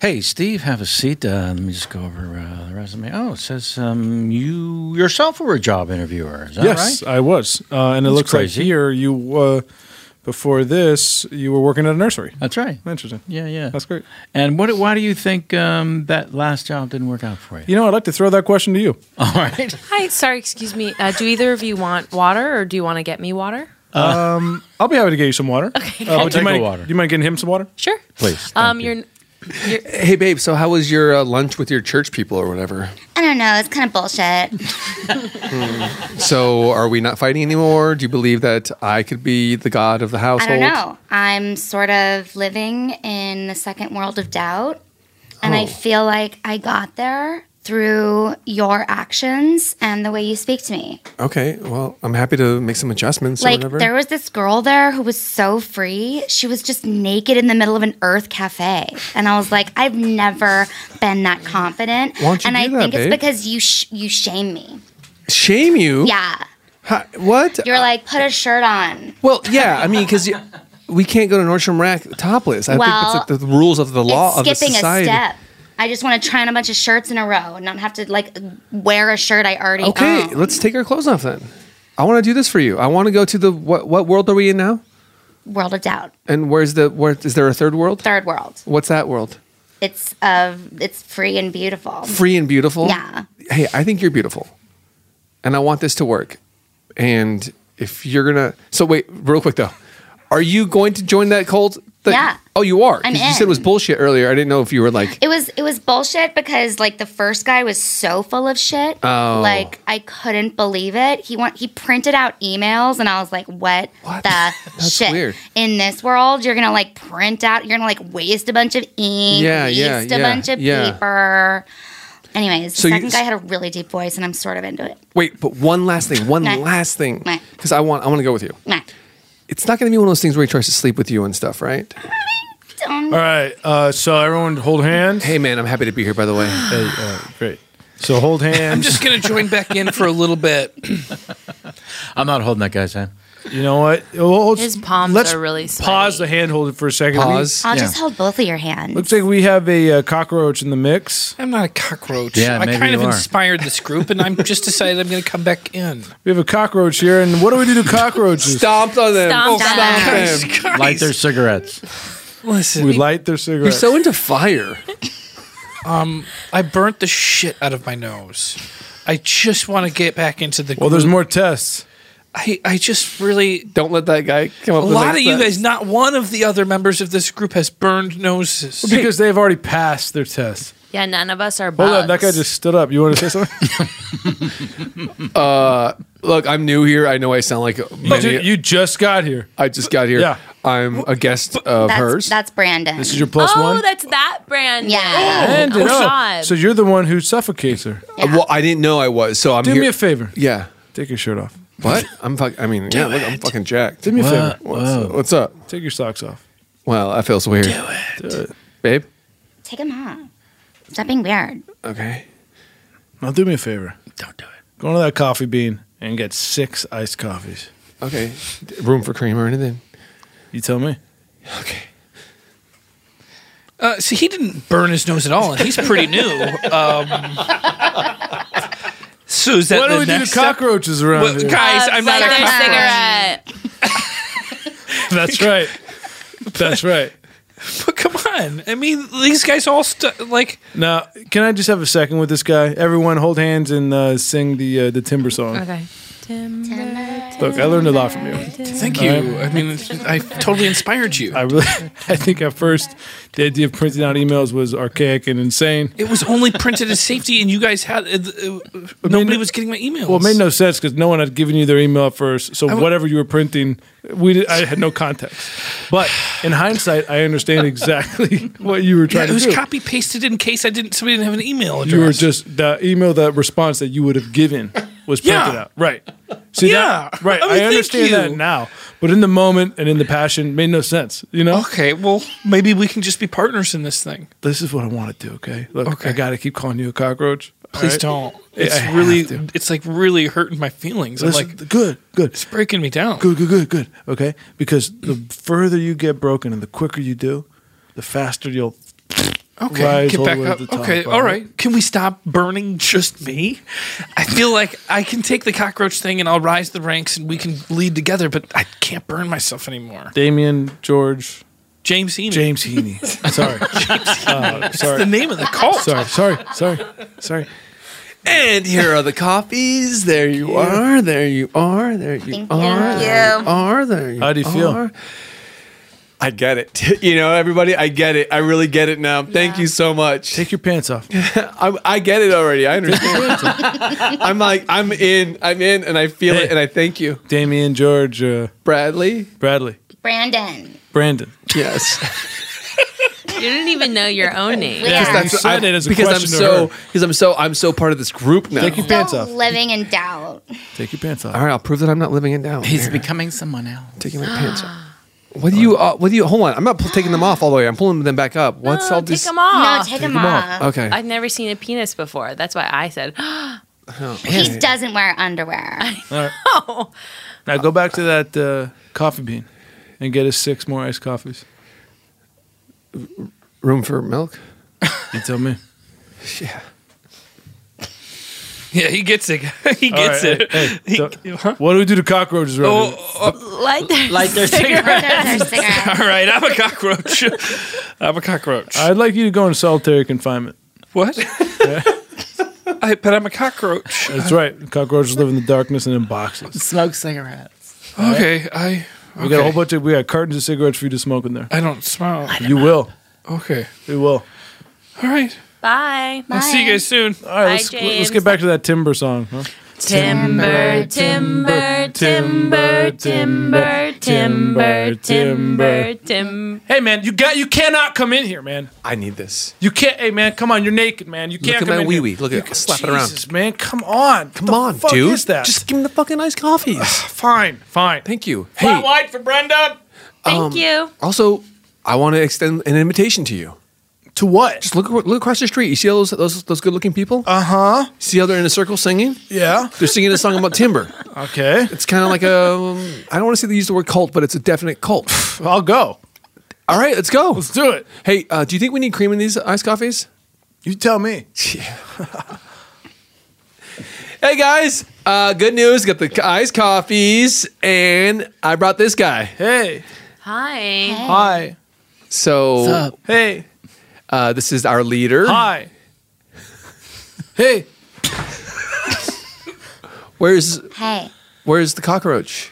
Speaker 4: Hey, Steve, have a seat. Uh, let me just go over uh, the resume. Oh, it says um, you yourself were a job interviewer. Is that
Speaker 7: yes,
Speaker 4: right?
Speaker 7: I was, uh, and it
Speaker 4: That's
Speaker 7: looks
Speaker 4: crazy.
Speaker 7: like here you uh, before this you were working at a nursery. That's right. Interesting.
Speaker 4: Yeah, yeah.
Speaker 7: That's great.
Speaker 4: And what? Why do you think um, that last job didn't work out for you?
Speaker 7: You know, I'd like to throw that question to you.
Speaker 4: All right.
Speaker 8: Hi, sorry, excuse me. Uh, do either of you want water, or do you want to get me water?
Speaker 7: Um, I'll be happy to get you some water.
Speaker 8: Okay,
Speaker 7: Uh,
Speaker 8: I'll
Speaker 7: would you
Speaker 8: take
Speaker 7: mind,
Speaker 8: the water.
Speaker 7: Do you mind getting him some water?
Speaker 8: Sure.
Speaker 4: Please.
Speaker 8: Um, you're. you're
Speaker 5: Hey, babe. So how was your uh, lunch with your church people or whatever?
Speaker 12: I don't know. It's kind of bullshit.
Speaker 5: So are we not fighting anymore? Do you believe that I could be the god of the
Speaker 12: I don't
Speaker 5: household?
Speaker 12: know. I'm sort of living in the second world of doubt. And I
Speaker 5: Oh.
Speaker 12: feel like I got there through your actions and the way you speak to me.
Speaker 5: Okay. Well, I'm happy to make some adjustments or
Speaker 12: like,
Speaker 5: whatever.
Speaker 12: there was this girl there who was so free. She was just naked in the middle of an earth cafe. And I was like, I've never been that confident.
Speaker 5: Why don't you
Speaker 12: and
Speaker 5: do
Speaker 12: I
Speaker 5: that,
Speaker 12: think it's
Speaker 5: babe?
Speaker 12: because you, sh- you shame me.
Speaker 5: Shame you?
Speaker 12: Yeah.
Speaker 5: Hi- what?
Speaker 12: You're like, put a shirt on.
Speaker 5: Well, yeah. I mean, because we can't go to Nordstrom Rack topless. I
Speaker 12: Well,
Speaker 5: think that's like the rules of the law of the
Speaker 12: it's skipping a
Speaker 5: society.
Speaker 12: step. I just want to try on a bunch of shirts in a row and not have to like wear a shirt I already
Speaker 5: Okay,
Speaker 12: own.
Speaker 5: let's take our clothes off then. I want to do this for you. I want to go to the what? What world are we in now?
Speaker 12: World of doubt.
Speaker 5: And where's the where? Is there a third world?
Speaker 12: Third world.
Speaker 5: What's that world?
Speaker 12: It's of it's free and beautiful.
Speaker 5: Free and beautiful.
Speaker 12: Yeah.
Speaker 5: Hey, I think you're beautiful, and I want this to work. And if you're gonna, so wait, real quick though, Are you going to join that cult? That-
Speaker 10: Yeah.
Speaker 5: Oh, you are. 'Cause
Speaker 10: I'm
Speaker 5: You said it was bullshit earlier. I didn't know if you were like.
Speaker 10: It was it was bullshit because like the first guy was so full of shit.
Speaker 5: Oh.
Speaker 10: Like I couldn't believe it. He want he printed out emails and I was like, what, the shit?
Speaker 5: weird.
Speaker 10: In this world, you're gonna like print out. You're gonna like waste a bunch of ink.
Speaker 5: Yeah,
Speaker 10: waste
Speaker 5: yeah,
Speaker 10: a
Speaker 5: yeah,
Speaker 10: bunch of
Speaker 5: yeah.
Speaker 10: paper. Anyways, the
Speaker 5: So you-
Speaker 10: second guy had a really deep voice, and I'm sort of into it.
Speaker 5: Wait, but one last thing. One
Speaker 10: Nah.
Speaker 5: last thing.
Speaker 10: Nah.
Speaker 5: Because I want. I want to go with you.
Speaker 10: Nah.
Speaker 5: It's not going to be one of those things where he tries to sleep with you and stuff, right?
Speaker 10: All
Speaker 7: right. Uh, so everyone hold hands. uh,
Speaker 5: Hey, man, I'm happy to be here. By the way.
Speaker 7: great. So hold
Speaker 6: I'm
Speaker 7: hands.
Speaker 6: just gonna join back in for a little bit.
Speaker 4: I'm not holding that guy's hand.
Speaker 7: You know what? Well, let's-
Speaker 8: His palms
Speaker 7: let's
Speaker 8: are really
Speaker 7: pause the hand holding for a second.
Speaker 5: Pause.
Speaker 10: I'll just hold both of your hands.
Speaker 7: Looks like we have a uh, cockroach in the mix.
Speaker 6: I'm not a cockroach.
Speaker 7: Yeah,
Speaker 6: I
Speaker 7: maybe
Speaker 6: kind of
Speaker 7: you are.
Speaker 6: inspired this group, and I'm just decided I'm gonna come back in.
Speaker 7: We have a cockroach here, and what do we do to cockroaches?
Speaker 5: Stomped on them.
Speaker 6: Stomped on them.
Speaker 7: Oh, them.
Speaker 4: Light their cigarettes.
Speaker 6: Listen,
Speaker 7: we light their cigarettes.
Speaker 5: so into fire.
Speaker 6: Um, I burnt the shit out of my nose. I just want to get back into the.
Speaker 7: Well, there's
Speaker 6: group.
Speaker 7: more tests.
Speaker 6: I, I just really
Speaker 5: don't let that guy come
Speaker 6: A
Speaker 5: up. with
Speaker 6: lot
Speaker 5: like
Speaker 6: of you
Speaker 5: that.
Speaker 6: guys, not one of the other members of this group has burned noses.
Speaker 7: Well, because they've already passed their test.
Speaker 8: Yeah, none of us are
Speaker 7: Hold on,
Speaker 8: bugs.
Speaker 7: that guy just stood up. You want to say something?
Speaker 5: Uh, look, I'm new here. I know I sound like
Speaker 7: But you, you just got here.
Speaker 5: I just got here.
Speaker 7: Yeah.
Speaker 5: I'm a guest of
Speaker 10: that's,
Speaker 5: hers.
Speaker 10: That's Brandon.
Speaker 7: This is your plus
Speaker 8: oh,
Speaker 7: one?
Speaker 8: that's that brand. Yeah.
Speaker 7: And
Speaker 8: Oh,
Speaker 7: it up.
Speaker 8: God.
Speaker 7: So you're the one who suffocates her.
Speaker 5: Uh, well, I didn't know I was, so I'm.
Speaker 7: Do
Speaker 5: here-
Speaker 7: me a favor.
Speaker 5: Yeah.
Speaker 7: Take your shirt off.
Speaker 5: What? I'm fuck. I mean, yeah. Look, I'm fucking jacked.
Speaker 7: Do me a favor.
Speaker 5: What's, what's up?
Speaker 7: Take your socks off.
Speaker 5: Well, that feels weird.
Speaker 7: Do it.
Speaker 5: Babe.
Speaker 10: Take him off. Stop being weird.
Speaker 5: Okay.
Speaker 7: Now do me a favor. Don't do it. Go into that coffee bean and get six iced coffees.
Speaker 5: Okay. Room for cream or anything?
Speaker 7: You tell me.
Speaker 6: Uh, so he didn't burn his nose at
Speaker 7: Oh,
Speaker 6: all, and he's pretty new. Um, so is that
Speaker 7: What
Speaker 6: the
Speaker 7: do we do to
Speaker 6: next step?
Speaker 7: cockroaches around
Speaker 6: Well,
Speaker 7: here?
Speaker 6: Guys, I'm not a
Speaker 8: Light their
Speaker 6: cockroach.
Speaker 8: cigarette.
Speaker 7: That's right. That's right.
Speaker 6: But come on, I mean, these guys all st- like.
Speaker 7: Now, can I just have a second with this guy? Everyone, hold hands and uh, sing the uh, the timber song. Look, I learned a lot from you.
Speaker 6: Thank you. I mean, I totally inspired you.
Speaker 7: I really, I think at first the idea of printing out emails was archaic and insane.
Speaker 6: It was only printed as safety, and you guys had uh, uh, nobody was getting my emails.
Speaker 7: Well, it made no sense because no one had given you their email at first. So
Speaker 6: I w-
Speaker 7: whatever you were printing, we did, I had no context. But in hindsight, I understand exactly what you were
Speaker 6: Yeah,
Speaker 7: trying
Speaker 6: it was
Speaker 7: to do.
Speaker 6: copy pasted in case I didn't. Somebody didn't have an email address.
Speaker 7: you were just the email, the response that you would have given was
Speaker 6: Yeah.
Speaker 7: printed out, right? See
Speaker 6: Yeah.
Speaker 7: that? Right.
Speaker 6: I
Speaker 7: I,
Speaker 6: mean, thank
Speaker 7: understand that
Speaker 6: you.
Speaker 7: now, but in the moment and in the passion, made no sense. You know?
Speaker 6: Okay, well, maybe we can just be partners in this thing.
Speaker 7: This is what I want to do. Okay. Look, I got to keep calling you a cockroach. all
Speaker 6: Please
Speaker 7: right?
Speaker 6: don't.
Speaker 7: Yeah,
Speaker 6: It's
Speaker 7: I have
Speaker 6: really,
Speaker 7: to.
Speaker 6: it's like really hurting my feelings.
Speaker 7: Listen,
Speaker 6: I'm like,
Speaker 7: good, good.
Speaker 6: It's breaking me down.
Speaker 7: Good, good, good, good. Okay, because the further you get broken and the quicker you do, the faster you'll.
Speaker 6: Okay,
Speaker 7: rise
Speaker 6: get
Speaker 7: all the
Speaker 6: back
Speaker 7: way to
Speaker 6: up.
Speaker 7: the top,
Speaker 6: okay, all right. Can we stop burning just me? I feel like I can take the cockroach thing and I'll rise the ranks and we can lead together, but I can't burn myself anymore.
Speaker 7: Damien, George,
Speaker 6: James Heaney.
Speaker 7: James Heaney. Sorry, Uh,
Speaker 6: That's
Speaker 7: sorry.
Speaker 6: the name of the cult.
Speaker 7: Sorry, sorry, sorry, sorry.
Speaker 5: And here are the coffees. There you are. There you are. There you
Speaker 10: Thank
Speaker 5: are.
Speaker 10: you.
Speaker 5: There you are. There you
Speaker 7: How do you feel?
Speaker 5: are. I get it. You know, everybody, I get it. I really get it now. Thank you so much.
Speaker 7: Take your pants off.
Speaker 5: I, I get it already. I understand. I'm like, I'm in. I'm in, and I feel it, and I thank you.
Speaker 7: Damien, George, uh,
Speaker 5: Bradley,
Speaker 7: Bradley,
Speaker 10: Brandon.
Speaker 7: Brandon.
Speaker 5: Yes,
Speaker 8: You didn't even know your own name.
Speaker 5: because that's
Speaker 7: You said
Speaker 5: I-
Speaker 7: it as a
Speaker 5: because I'm
Speaker 7: question to
Speaker 5: so
Speaker 7: her.
Speaker 5: because I'm so I'm so part of this group now.
Speaker 7: Take your pants off.
Speaker 10: Living in doubt.
Speaker 7: Take your pants off.
Speaker 5: All right, I'll prove that I'm not living it down.
Speaker 4: He's
Speaker 5: Here.
Speaker 4: becoming someone else.
Speaker 5: taking my pants off. What do you? Uh, what do you? Hold on, I'm not pu- taking them off all the way. I'm pulling them back up. What's all
Speaker 8: Take
Speaker 5: this?
Speaker 8: them off.
Speaker 10: No, take Take 'em 'em off. off.
Speaker 5: Okay.
Speaker 8: I've never seen a penis before. That's why I said,
Speaker 5: Oh,
Speaker 10: He
Speaker 5: okay.
Speaker 10: doesn't wear underwear.
Speaker 7: All right. Now go back to that uh, coffee bean and get us six more iced coffees.
Speaker 5: Room for milk?
Speaker 7: You tell me.
Speaker 5: Yeah.
Speaker 6: Yeah, he gets it. he
Speaker 7: All
Speaker 6: gets
Speaker 7: right,
Speaker 6: it.
Speaker 7: hey, hey, don't- What do we do to cockroaches? around
Speaker 6: Oh,
Speaker 7: here?
Speaker 8: light their,
Speaker 6: Light their
Speaker 8: cigarettes.
Speaker 6: All right, I'm a cockroach. I'm a cockroach.
Speaker 7: I'd like you to go in solitary confinement.
Speaker 6: What? I, but I'm a cockroach.
Speaker 4: Oh,
Speaker 7: That's right. Cockroaches live in the darkness and in boxes.
Speaker 4: Smoke cigarettes.
Speaker 6: Okay, I
Speaker 7: We got a whole
Speaker 6: Okay.
Speaker 7: bunch of we got cartons of cigarettes for you to smoke in there.
Speaker 6: I don't smoke.
Speaker 7: you will.
Speaker 6: Okay.
Speaker 7: You will.
Speaker 6: All right.
Speaker 8: Bye.
Speaker 6: I'll see you guys soon.
Speaker 7: All right, let's, let's get back to that timber song. Huh?
Speaker 8: Timber, timber, timber, timber, timber, timber, timber.
Speaker 7: Hey man, you got you cannot come in here, man.
Speaker 5: I need this.
Speaker 7: You can't. Hey man, come on, you're naked, man. You
Speaker 5: Look
Speaker 7: can't
Speaker 5: at
Speaker 7: come
Speaker 5: my
Speaker 7: in
Speaker 5: wee-wee.
Speaker 7: here.
Speaker 5: Look at
Speaker 7: You
Speaker 5: it.
Speaker 7: can-
Speaker 5: Slap it around.
Speaker 7: Jesus, man, come on. Come on, fuck
Speaker 5: dude.
Speaker 7: Is that
Speaker 5: Just give him the fucking iced coffees.
Speaker 7: fine, fine.
Speaker 5: Thank you. Hey,
Speaker 6: Flat white for Brenda.
Speaker 5: um, Also, I want to extend an invitation to you.
Speaker 7: To what?
Speaker 5: Just look look across the street. You see all those those, those good looking people?
Speaker 7: Uh huh.
Speaker 5: See how they're in a circle singing?
Speaker 7: Yeah.
Speaker 5: They're singing a song about timber.
Speaker 7: Okay.
Speaker 5: It's kind of like a. Um, I don't want to say they use the word cult, but it's a definite cult.
Speaker 7: I'll go.
Speaker 5: All right, let's go. Let's
Speaker 7: do it.
Speaker 5: Hey, uh, do you think we need cream in these iced coffees?
Speaker 7: You tell me.
Speaker 5: hey guys, uh, good news. Got the iced coffees, and I brought this guy.
Speaker 7: Hey.
Speaker 8: Hi.
Speaker 7: Hi.
Speaker 5: So,
Speaker 8: What's up?
Speaker 7: hey,
Speaker 5: uh, this is our leader.
Speaker 7: Hi. Hey.
Speaker 5: Where's
Speaker 8: Hey.
Speaker 5: Where's the cockroach?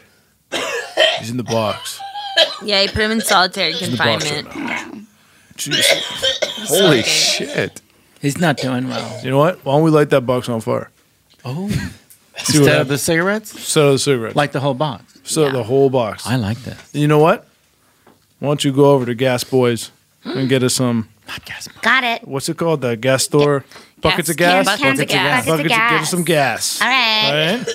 Speaker 7: He's in the box.
Speaker 8: Yeah, you put him in solitary
Speaker 5: in the box
Speaker 8: confinement.
Speaker 5: Holy shit.
Speaker 7: He's not doing well. You know what? Why don't we light that box on fire?
Speaker 4: Oh.
Speaker 7: See what
Speaker 4: Instead of
Speaker 7: happens.
Speaker 4: the cigarettes?
Speaker 7: Instead of the cigarettes.
Speaker 4: Like the whole box.
Speaker 7: So the whole box.
Speaker 4: I like that.
Speaker 7: You know what? Why don't you go over to Gas Boys and get us some?
Speaker 10: Got it.
Speaker 7: What's it called? The gas store buckets of gas.
Speaker 10: cans- cans of gas. Buckets of
Speaker 7: Buckets Get
Speaker 10: gas.
Speaker 7: us some gas.
Speaker 10: All right.
Speaker 7: All right.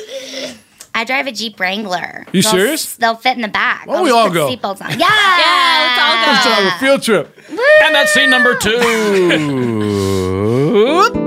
Speaker 10: I drive a Jeep Wrangler.
Speaker 7: You
Speaker 10: They'll-
Speaker 7: serious?
Speaker 10: They'll fit in the back.
Speaker 7: Why don't
Speaker 10: I'll
Speaker 7: we
Speaker 10: just
Speaker 7: all
Speaker 10: put
Speaker 7: go?
Speaker 10: Seatbelts on. Yeah, yeah,
Speaker 7: Let's have a field trip.
Speaker 4: And that's scene number two.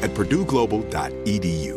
Speaker 3: at purdueglobal.edu.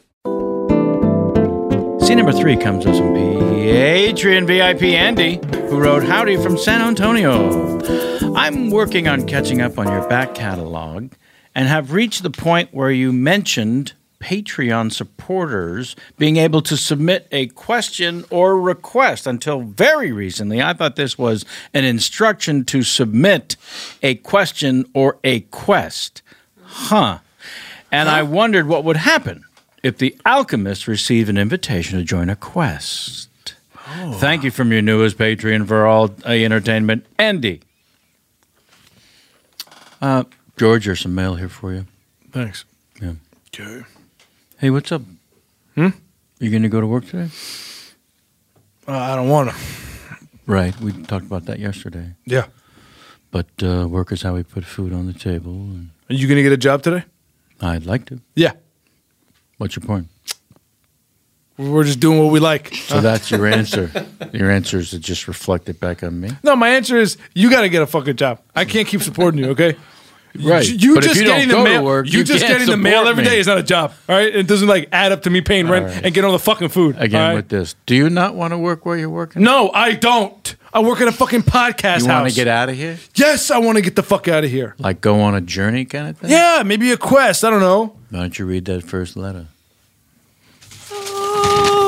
Speaker 4: Scene number three comes to us from Patreon VIP Andy, who wrote Howdy from San Antonio. I'm working on catching up on your back catalog and have reached the point where you mentioned Patreon supporters being able to submit a question or request. Until very recently, I thought this was an instruction to submit a question or a quest. Huh. And I wondered what would happen if the alchemists receive an invitation to join a quest.
Speaker 7: Oh.
Speaker 4: Thank you from your newest Patreon for all uh, entertainment, Andy. Uh, George, there's some mail here for you.
Speaker 7: Thanks.
Speaker 4: Yeah.
Speaker 7: Okay.
Speaker 4: Hey, what's up?
Speaker 7: Hmm?
Speaker 4: You going to go to work today?
Speaker 7: Uh, I don't want to.
Speaker 4: Right. We talked about that yesterday.
Speaker 7: Yeah.
Speaker 4: But uh, work is how we put food on the table. And
Speaker 7: Are you going to get a job today?
Speaker 4: I'd like to.
Speaker 7: Yeah.
Speaker 4: What's your point?
Speaker 7: We're just doing what we like.
Speaker 4: So that's your answer. Your answer is to just reflect it back on me.
Speaker 7: No, my answer is you got to get a fucking job. I can't keep supporting you. Okay.
Speaker 4: Right.
Speaker 7: You, you
Speaker 4: But if
Speaker 7: just
Speaker 4: you don't
Speaker 7: getting
Speaker 4: go
Speaker 7: the
Speaker 4: to
Speaker 7: mail.
Speaker 4: work,
Speaker 7: you,
Speaker 4: you
Speaker 7: just
Speaker 4: can't
Speaker 7: getting the mail
Speaker 4: support
Speaker 7: every
Speaker 4: me.
Speaker 7: day is not a job. All right. It doesn't like add up to me paying rent and getting all the fucking food.
Speaker 4: Again
Speaker 7: all right?
Speaker 4: with this. Do you not want to work where you're working?
Speaker 7: No, I don't. I work at a fucking podcast
Speaker 4: You
Speaker 7: house.
Speaker 4: want to get out of here?
Speaker 7: Yes, I want to get the fuck out of here.
Speaker 4: Like go on a journey kind of thing?
Speaker 7: Yeah, maybe a quest. I don't know.
Speaker 4: Why don't you read that first letter?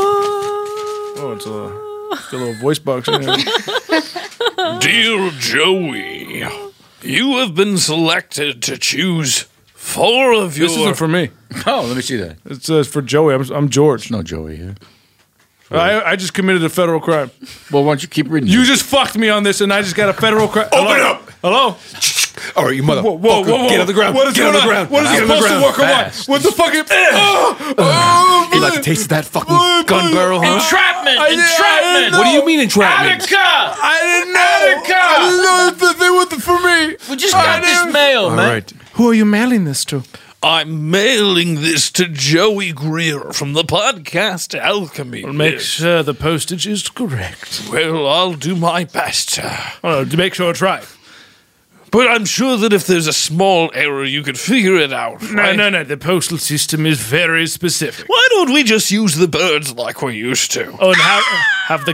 Speaker 7: Oh, it's a, it's a little voice box in here.
Speaker 6: Dear Joey, you have been selected to choose four of your.
Speaker 7: This isn't for me.
Speaker 4: Oh, let me see that.
Speaker 7: It says for Joey. I'm, I'm George.
Speaker 4: no Joey here.
Speaker 7: I, I just committed a federal crime.
Speaker 4: Well, why don't you keep reading?
Speaker 7: You just fucked me on this, and I just got a federal crime. Open up. Hello.
Speaker 14: All right, you mother.
Speaker 7: Whoa, whoa, whoa, whoa.
Speaker 14: Get on the ground.
Speaker 7: What is
Speaker 14: Get on
Speaker 7: going
Speaker 14: the ground.
Speaker 7: What is
Speaker 14: Get
Speaker 7: it
Speaker 14: on the
Speaker 7: supposed to
Speaker 14: ground.
Speaker 7: work or what?
Speaker 14: Fast.
Speaker 7: What the fuck? Is, oh, oh,
Speaker 14: You like the taste of that fucking gun barrel, huh?
Speaker 6: Entrapment!
Speaker 7: I didn't- I didn't
Speaker 6: entrapment!
Speaker 7: know. What do you mean
Speaker 14: entrapment?
Speaker 6: Attica! I
Speaker 7: didn't know!
Speaker 6: Attica!
Speaker 7: I didn't know if the thing was for me!
Speaker 6: We just got this mail, man.
Speaker 7: Who are you mailing this to?
Speaker 6: I'm mailing this to Joey Greer from the podcast Alchemy.
Speaker 7: Make sure the postage is correct.
Speaker 6: Well, I'll do my best, sir.
Speaker 7: Well, to make sure I try.
Speaker 6: But I'm sure that if there's a small error, you could figure it out.
Speaker 7: No, no, no. The postal system is very specific.
Speaker 6: Why don't we just use the birds like we used to?
Speaker 7: Oh, and have, have the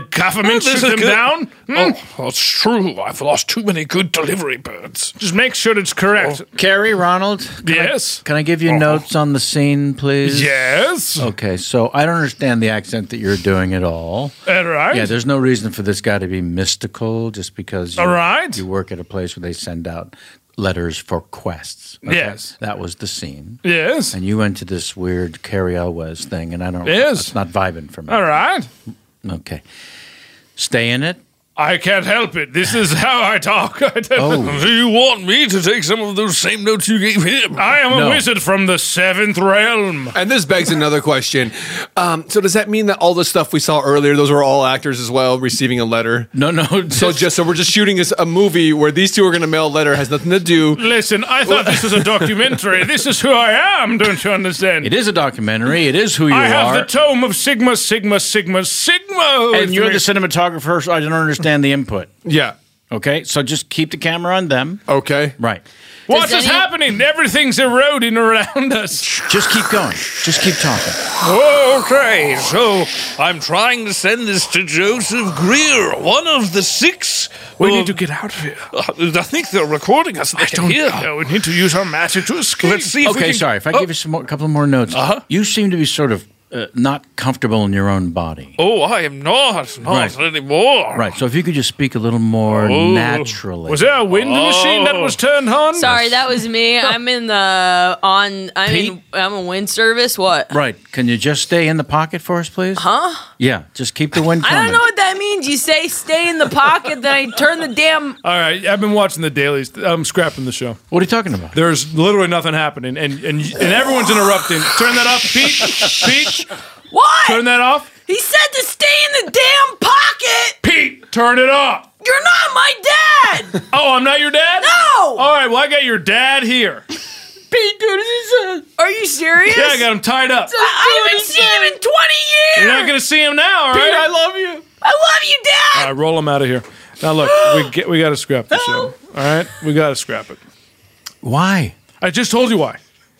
Speaker 6: This
Speaker 7: government shoot
Speaker 6: is
Speaker 7: them
Speaker 6: good.
Speaker 7: down? Hmm?
Speaker 6: Oh, that's true. I've lost too many good delivery birds.
Speaker 7: Just make sure it's correct.
Speaker 4: Oh, Carrie Ronald?
Speaker 7: Yes. Oh.
Speaker 4: Can I give you notes on the scene, please?
Speaker 7: Yes.
Speaker 4: Okay, so I don't understand the accent that you're doing at all.
Speaker 7: All right.
Speaker 4: Yeah, there's no reason for this guy to be mystical just because you,
Speaker 7: All right.
Speaker 4: you work at a place where they send out letters for quests.
Speaker 7: Yes.
Speaker 4: That was the scene.
Speaker 7: Yes.
Speaker 4: And you went to this weird Carrie Elwes thing, and I don't
Speaker 7: Yes. Oh.
Speaker 4: It's not vibing for me.
Speaker 7: All right.
Speaker 4: Okay. Stay in it.
Speaker 7: I can't help it. This is how I talk. I don't-
Speaker 4: Oh.
Speaker 6: Do you want me to take some of those same notes you gave him?
Speaker 7: I am
Speaker 14: No.
Speaker 7: a wizard from the seventh realm.
Speaker 14: And this begs another question. Um, so does that mean that all the stuff we saw earlier, those were all actors as well receiving a letter?
Speaker 4: No, no.
Speaker 14: so just so we're just shooting this, a movie where these two are going to mail a letter has nothing to do.
Speaker 7: Listen, I thought this was a documentary. this is who I am, don't you understand?
Speaker 4: It is a documentary. It is who you
Speaker 7: I have
Speaker 4: are.
Speaker 7: the tome of Sigma, Sigma, Sigma, Sigma.
Speaker 4: and you're the cinematographer, so I don't understand the input.
Speaker 14: Yeah.
Speaker 4: Okay, so just keep the camera on them.
Speaker 14: Okay.
Speaker 4: Right.
Speaker 7: What is happening? Everything's eroding around us.
Speaker 4: Just keep going. Just keep talking.
Speaker 6: Okay, so I'm trying to send this to Joseph Greer, one of the six.
Speaker 7: We
Speaker 6: of-
Speaker 7: need to get out of here.
Speaker 6: I think they're recording us. I
Speaker 7: don't
Speaker 6: don't hear.
Speaker 7: know. We need to use our magic to escape.
Speaker 6: Let's see if
Speaker 4: okay,
Speaker 6: we can.
Speaker 4: sorry. If I
Speaker 6: Oh,
Speaker 4: Uh-huh. give you some more, couple more notes, you seem to be sort of uh, not comfortable in your own body.
Speaker 6: Oh, I am not, not
Speaker 4: Right.
Speaker 6: anymore.
Speaker 4: Right. So if you could just speak a little more
Speaker 6: Oh.
Speaker 4: naturally.
Speaker 7: Was there a wind
Speaker 4: Oh,
Speaker 7: machine that was turned on?
Speaker 8: Sorry, that was me. I'm in the on. I'm in. I'm a wind service. What?
Speaker 4: Right. Can you just stay in the pocket for us, please?
Speaker 8: Huh?
Speaker 4: Yeah. Just keep the wind
Speaker 8: Uh-huh. I
Speaker 4: coming.
Speaker 8: don't know what that means. You say stay in the pocket, then I turn the damn.
Speaker 7: All right, I've been watching the dailies. I'm scrapping the show.
Speaker 4: What are you talking about?
Speaker 7: There's literally nothing happening, and and and everyone's interrupting. Turn that off, Pete. Pete,
Speaker 8: What?
Speaker 7: turn that off.
Speaker 8: He said to stay in the damn pocket.
Speaker 7: Pete, turn it off.
Speaker 8: You're not my dad.
Speaker 7: Oh, I'm not your dad. No. All right, well I got your dad here.
Speaker 8: Pete, dude, he said. Are you serious?
Speaker 7: Yeah, I got him tied up.
Speaker 8: I, I haven't seen him in 20 years.
Speaker 7: You're not gonna see him now, all right?
Speaker 8: Pete, I
Speaker 7: love you.
Speaker 8: I love you, dad.
Speaker 7: All right, roll him out of here. Now look, we get we got to scrap the show. All right, we got to scrap it.
Speaker 4: Why?
Speaker 7: I just told you why.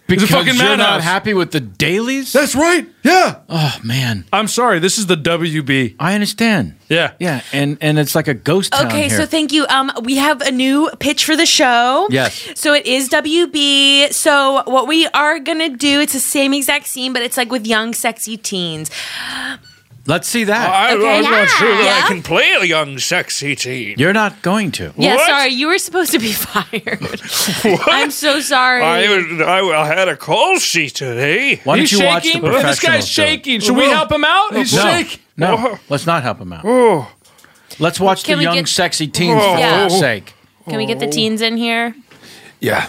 Speaker 7: It's a
Speaker 4: Because
Speaker 7: fucking
Speaker 4: you're not
Speaker 7: madhouse.
Speaker 4: happy with the dailies.
Speaker 7: That's right. Yeah.
Speaker 4: Oh man.
Speaker 7: I'm sorry. This is the WB.
Speaker 4: I understand.
Speaker 7: Yeah.
Speaker 4: Yeah. And and it's like a ghost town
Speaker 15: Okay,
Speaker 4: here.
Speaker 15: so thank you. Um, we have a new pitch for the show.
Speaker 4: Yes.
Speaker 15: So it is WB. So what we are gonna do, it's the same exact scene, but it's like with young, sexy teens.
Speaker 4: Let's see that.
Speaker 6: I,
Speaker 15: Okay.
Speaker 6: am not sure that
Speaker 15: Yeah.
Speaker 6: I can play a young, sexy teen.
Speaker 4: You're not going to.
Speaker 15: Yeah,
Speaker 6: What?
Speaker 15: sorry, you were supposed to be fired. I'm so sorry.
Speaker 6: I, was- I had a call sheet today.
Speaker 4: Why don't you watch the
Speaker 7: Oh,
Speaker 4: professional? no, No, let's not help him out. Let's watch the
Speaker 8: Can we
Speaker 4: young,
Speaker 8: get-
Speaker 4: sexy teens for
Speaker 8: Yeah.
Speaker 4: God's sake.
Speaker 8: Can we
Speaker 6: Oh.
Speaker 8: get the teens in here?
Speaker 5: Yeah.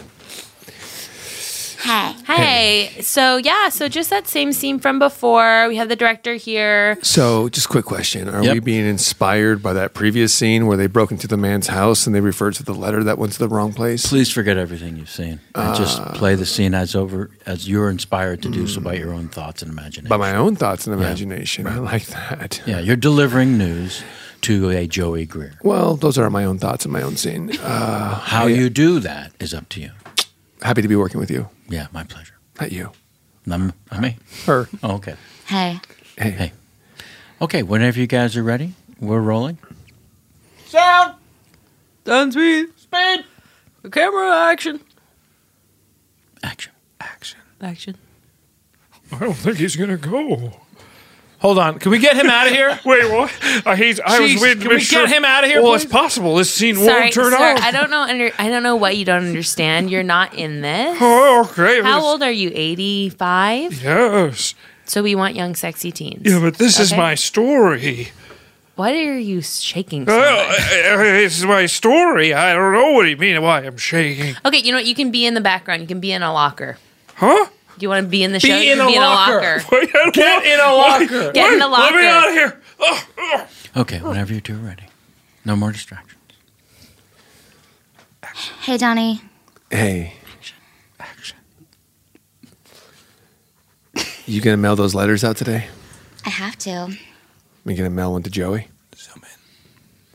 Speaker 15: Hi.
Speaker 8: Hey, so yeah, so just that same scene from before. We have the director here.
Speaker 5: So, just quick question: Are we being inspired by that previous scene where they broke into the man's house and they referred to the letter that went to the wrong place?
Speaker 4: Please forget everything you've seen. And just
Speaker 5: Uh,
Speaker 4: play the scene as over as you're inspired to do so by your own thoughts and imagination.
Speaker 5: by my own thoughts and
Speaker 4: Yeah.
Speaker 5: imagination. I like that.
Speaker 4: Yeah, you're delivering news to a Joey Greer.
Speaker 5: Well, those are my own thoughts and my own scene. Uh,
Speaker 4: How you do that is up to you.
Speaker 5: Happy to be working with you.
Speaker 4: Yeah, my pleasure.
Speaker 5: Not you.
Speaker 4: I'm, I mean,
Speaker 5: her.
Speaker 4: Oh, okay.
Speaker 10: Hey.
Speaker 4: Hey. hey. Okay, whenever you guys are ready, we're rolling.
Speaker 8: Sound. Sound speed. Speed. Camera action.
Speaker 4: Action.
Speaker 8: Action. Action.
Speaker 7: I don't think he's gonna go. Hold on. Can we get him out of here?
Speaker 6: Wait, what? Uh, he's, I was
Speaker 7: Jeez,
Speaker 6: waiting to
Speaker 7: can we
Speaker 6: make sure-
Speaker 7: get him outta here,
Speaker 6: Well,
Speaker 7: please?
Speaker 6: it's possible this scene
Speaker 8: Sorry,
Speaker 6: won't turn
Speaker 8: sir,
Speaker 6: off.
Speaker 8: I don't know. Under, I don't know what you don't understand. You're not in this.
Speaker 6: Oh, okay.
Speaker 8: How
Speaker 6: This-
Speaker 8: old are you? Eighty-five.
Speaker 6: Yes.
Speaker 8: So we want young, sexy teens.
Speaker 6: Yeah, but this is
Speaker 8: Okay?
Speaker 6: my story.
Speaker 8: What are you shaking? so
Speaker 6: Well,
Speaker 8: much?
Speaker 6: uh, uh, this is my story. I don't know what you mean. Why I'm shaking?
Speaker 8: Okay, you know what? You can be in the background. You can be in a locker.
Speaker 6: Huh?
Speaker 8: Do you want to be in the
Speaker 6: Be
Speaker 8: show? you
Speaker 6: in
Speaker 8: can
Speaker 6: a
Speaker 8: be
Speaker 6: locker.
Speaker 8: in a locker.
Speaker 6: Get in a locker.
Speaker 8: Get in the
Speaker 6: Let
Speaker 8: locker.
Speaker 6: me out of here.
Speaker 4: Okay, whenever you two are ready. No more distractions.
Speaker 10: Hey, Donnie.
Speaker 5: Hey. You gonna mail those letters out today?
Speaker 10: I have to.
Speaker 5: You gonna mail one to Joey?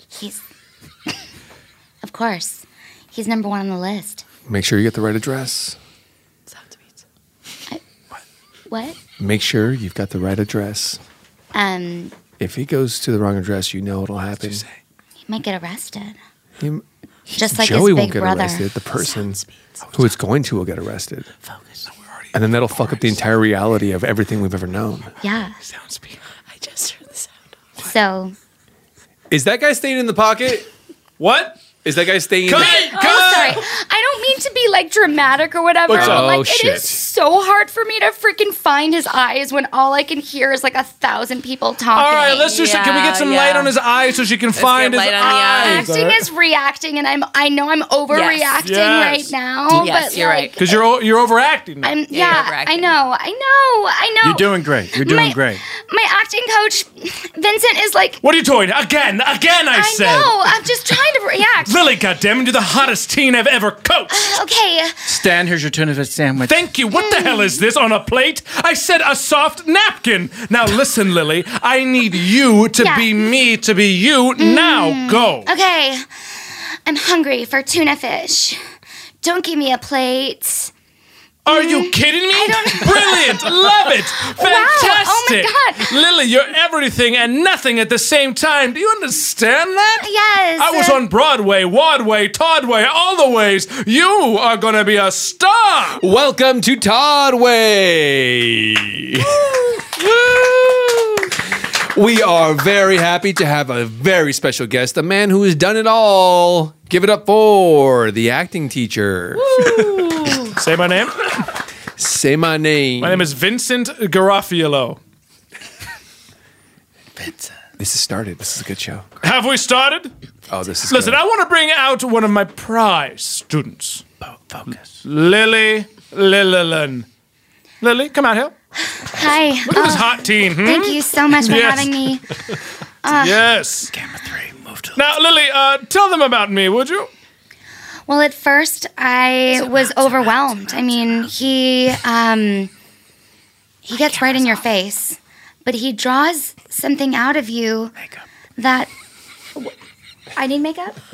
Speaker 10: He's. of course. He's number one on the list.
Speaker 5: Make sure you get the right address.
Speaker 10: What?
Speaker 5: Make sure you've got the right address.
Speaker 10: Um,
Speaker 5: If he goes to the wrong address, you know it'll happen.
Speaker 10: he might get arrested.
Speaker 5: He-
Speaker 10: Just like his
Speaker 5: Joey
Speaker 10: big
Speaker 5: won't get
Speaker 10: brother.
Speaker 5: arrested. The person who it's going to will get arrested. And then that'll fuck up the entire reality of everything we've ever known.
Speaker 10: Yeah.
Speaker 9: Sounds
Speaker 8: weird. I just heard the sound.
Speaker 10: So,
Speaker 5: Is that guy staying in the pocket?
Speaker 7: What?
Speaker 5: Is that guy staying
Speaker 7: Cut
Speaker 5: in
Speaker 10: Oh, sorry. I don't mean to be like dramatic or whatever.
Speaker 5: What's up?
Speaker 10: but, like
Speaker 5: Oh,
Speaker 10: it
Speaker 5: shit.
Speaker 10: is so hard for me to freaking find his eyes when all I can hear is like a thousand people talking.
Speaker 7: All right, let's do some. Can we get some light on his eyes so she can find his
Speaker 10: light on the
Speaker 7: eyes?
Speaker 10: Acting is reacting, and I'm I know I'm overreacting right
Speaker 7: Yes.
Speaker 10: now.
Speaker 7: Yes,
Speaker 10: but
Speaker 7: you're
Speaker 10: like,
Speaker 7: right. Because you're o- you're overacting. now.
Speaker 10: I'm, yeah, I know, I know, I know.
Speaker 4: You're doing great. You're doing
Speaker 10: My-
Speaker 4: great.
Speaker 10: My acting coach, Vincent, is like.
Speaker 7: What are you doing again? Again, I,
Speaker 10: I
Speaker 7: said.
Speaker 10: know. I'm just trying to react.
Speaker 7: Lily, goddamn, you're the hottest teen I've ever coached.
Speaker 10: Okay.
Speaker 4: Stan, here's your tuna fish sandwich.
Speaker 7: Thank you. What the hell is this on a plate? I said a soft napkin. Now listen, Lily. I need you to
Speaker 10: Yeah. Mm.
Speaker 7: be me to be you. Now go.
Speaker 10: Okay. I'm hungry for tuna fish. Don't give me a plate.
Speaker 7: Are
Speaker 10: Mm.
Speaker 7: you kidding me? Brilliant. Love it. Fantastic.
Speaker 10: Wow. Oh my god.
Speaker 7: Lily, you're everything and nothing at the same time. Do you understand that?
Speaker 10: Yes.
Speaker 7: I was on Broadway, Wadway, Toddway, all the ways. You are going to be a star.
Speaker 5: Welcome to Toddway. We are very happy to have a very special guest, a man who has done it all. Give it up for the acting teacher.
Speaker 7: Say my name.
Speaker 5: Say my name.
Speaker 7: My name is Vincent Garofalo.
Speaker 5: This has started. This is a good show.
Speaker 7: Have we started?
Speaker 5: Oh, this is
Speaker 7: Listen,
Speaker 5: good.
Speaker 7: I want to bring out one of my prize students. Focus. Lily Lillilan. Lily, come out here.
Speaker 10: Hi.
Speaker 7: Look at this
Speaker 10: uh,
Speaker 7: hot teen. hmm?
Speaker 10: Thank you so much for
Speaker 7: Yes.
Speaker 10: having me. Uh,
Speaker 7: yes. Camera three, move to. Now, Lily, uh, tell them about me, would you?
Speaker 10: Well, at first I was overwhelmed. I mean, he um, he gets right in your face, but he draws something out of you that I need makeup.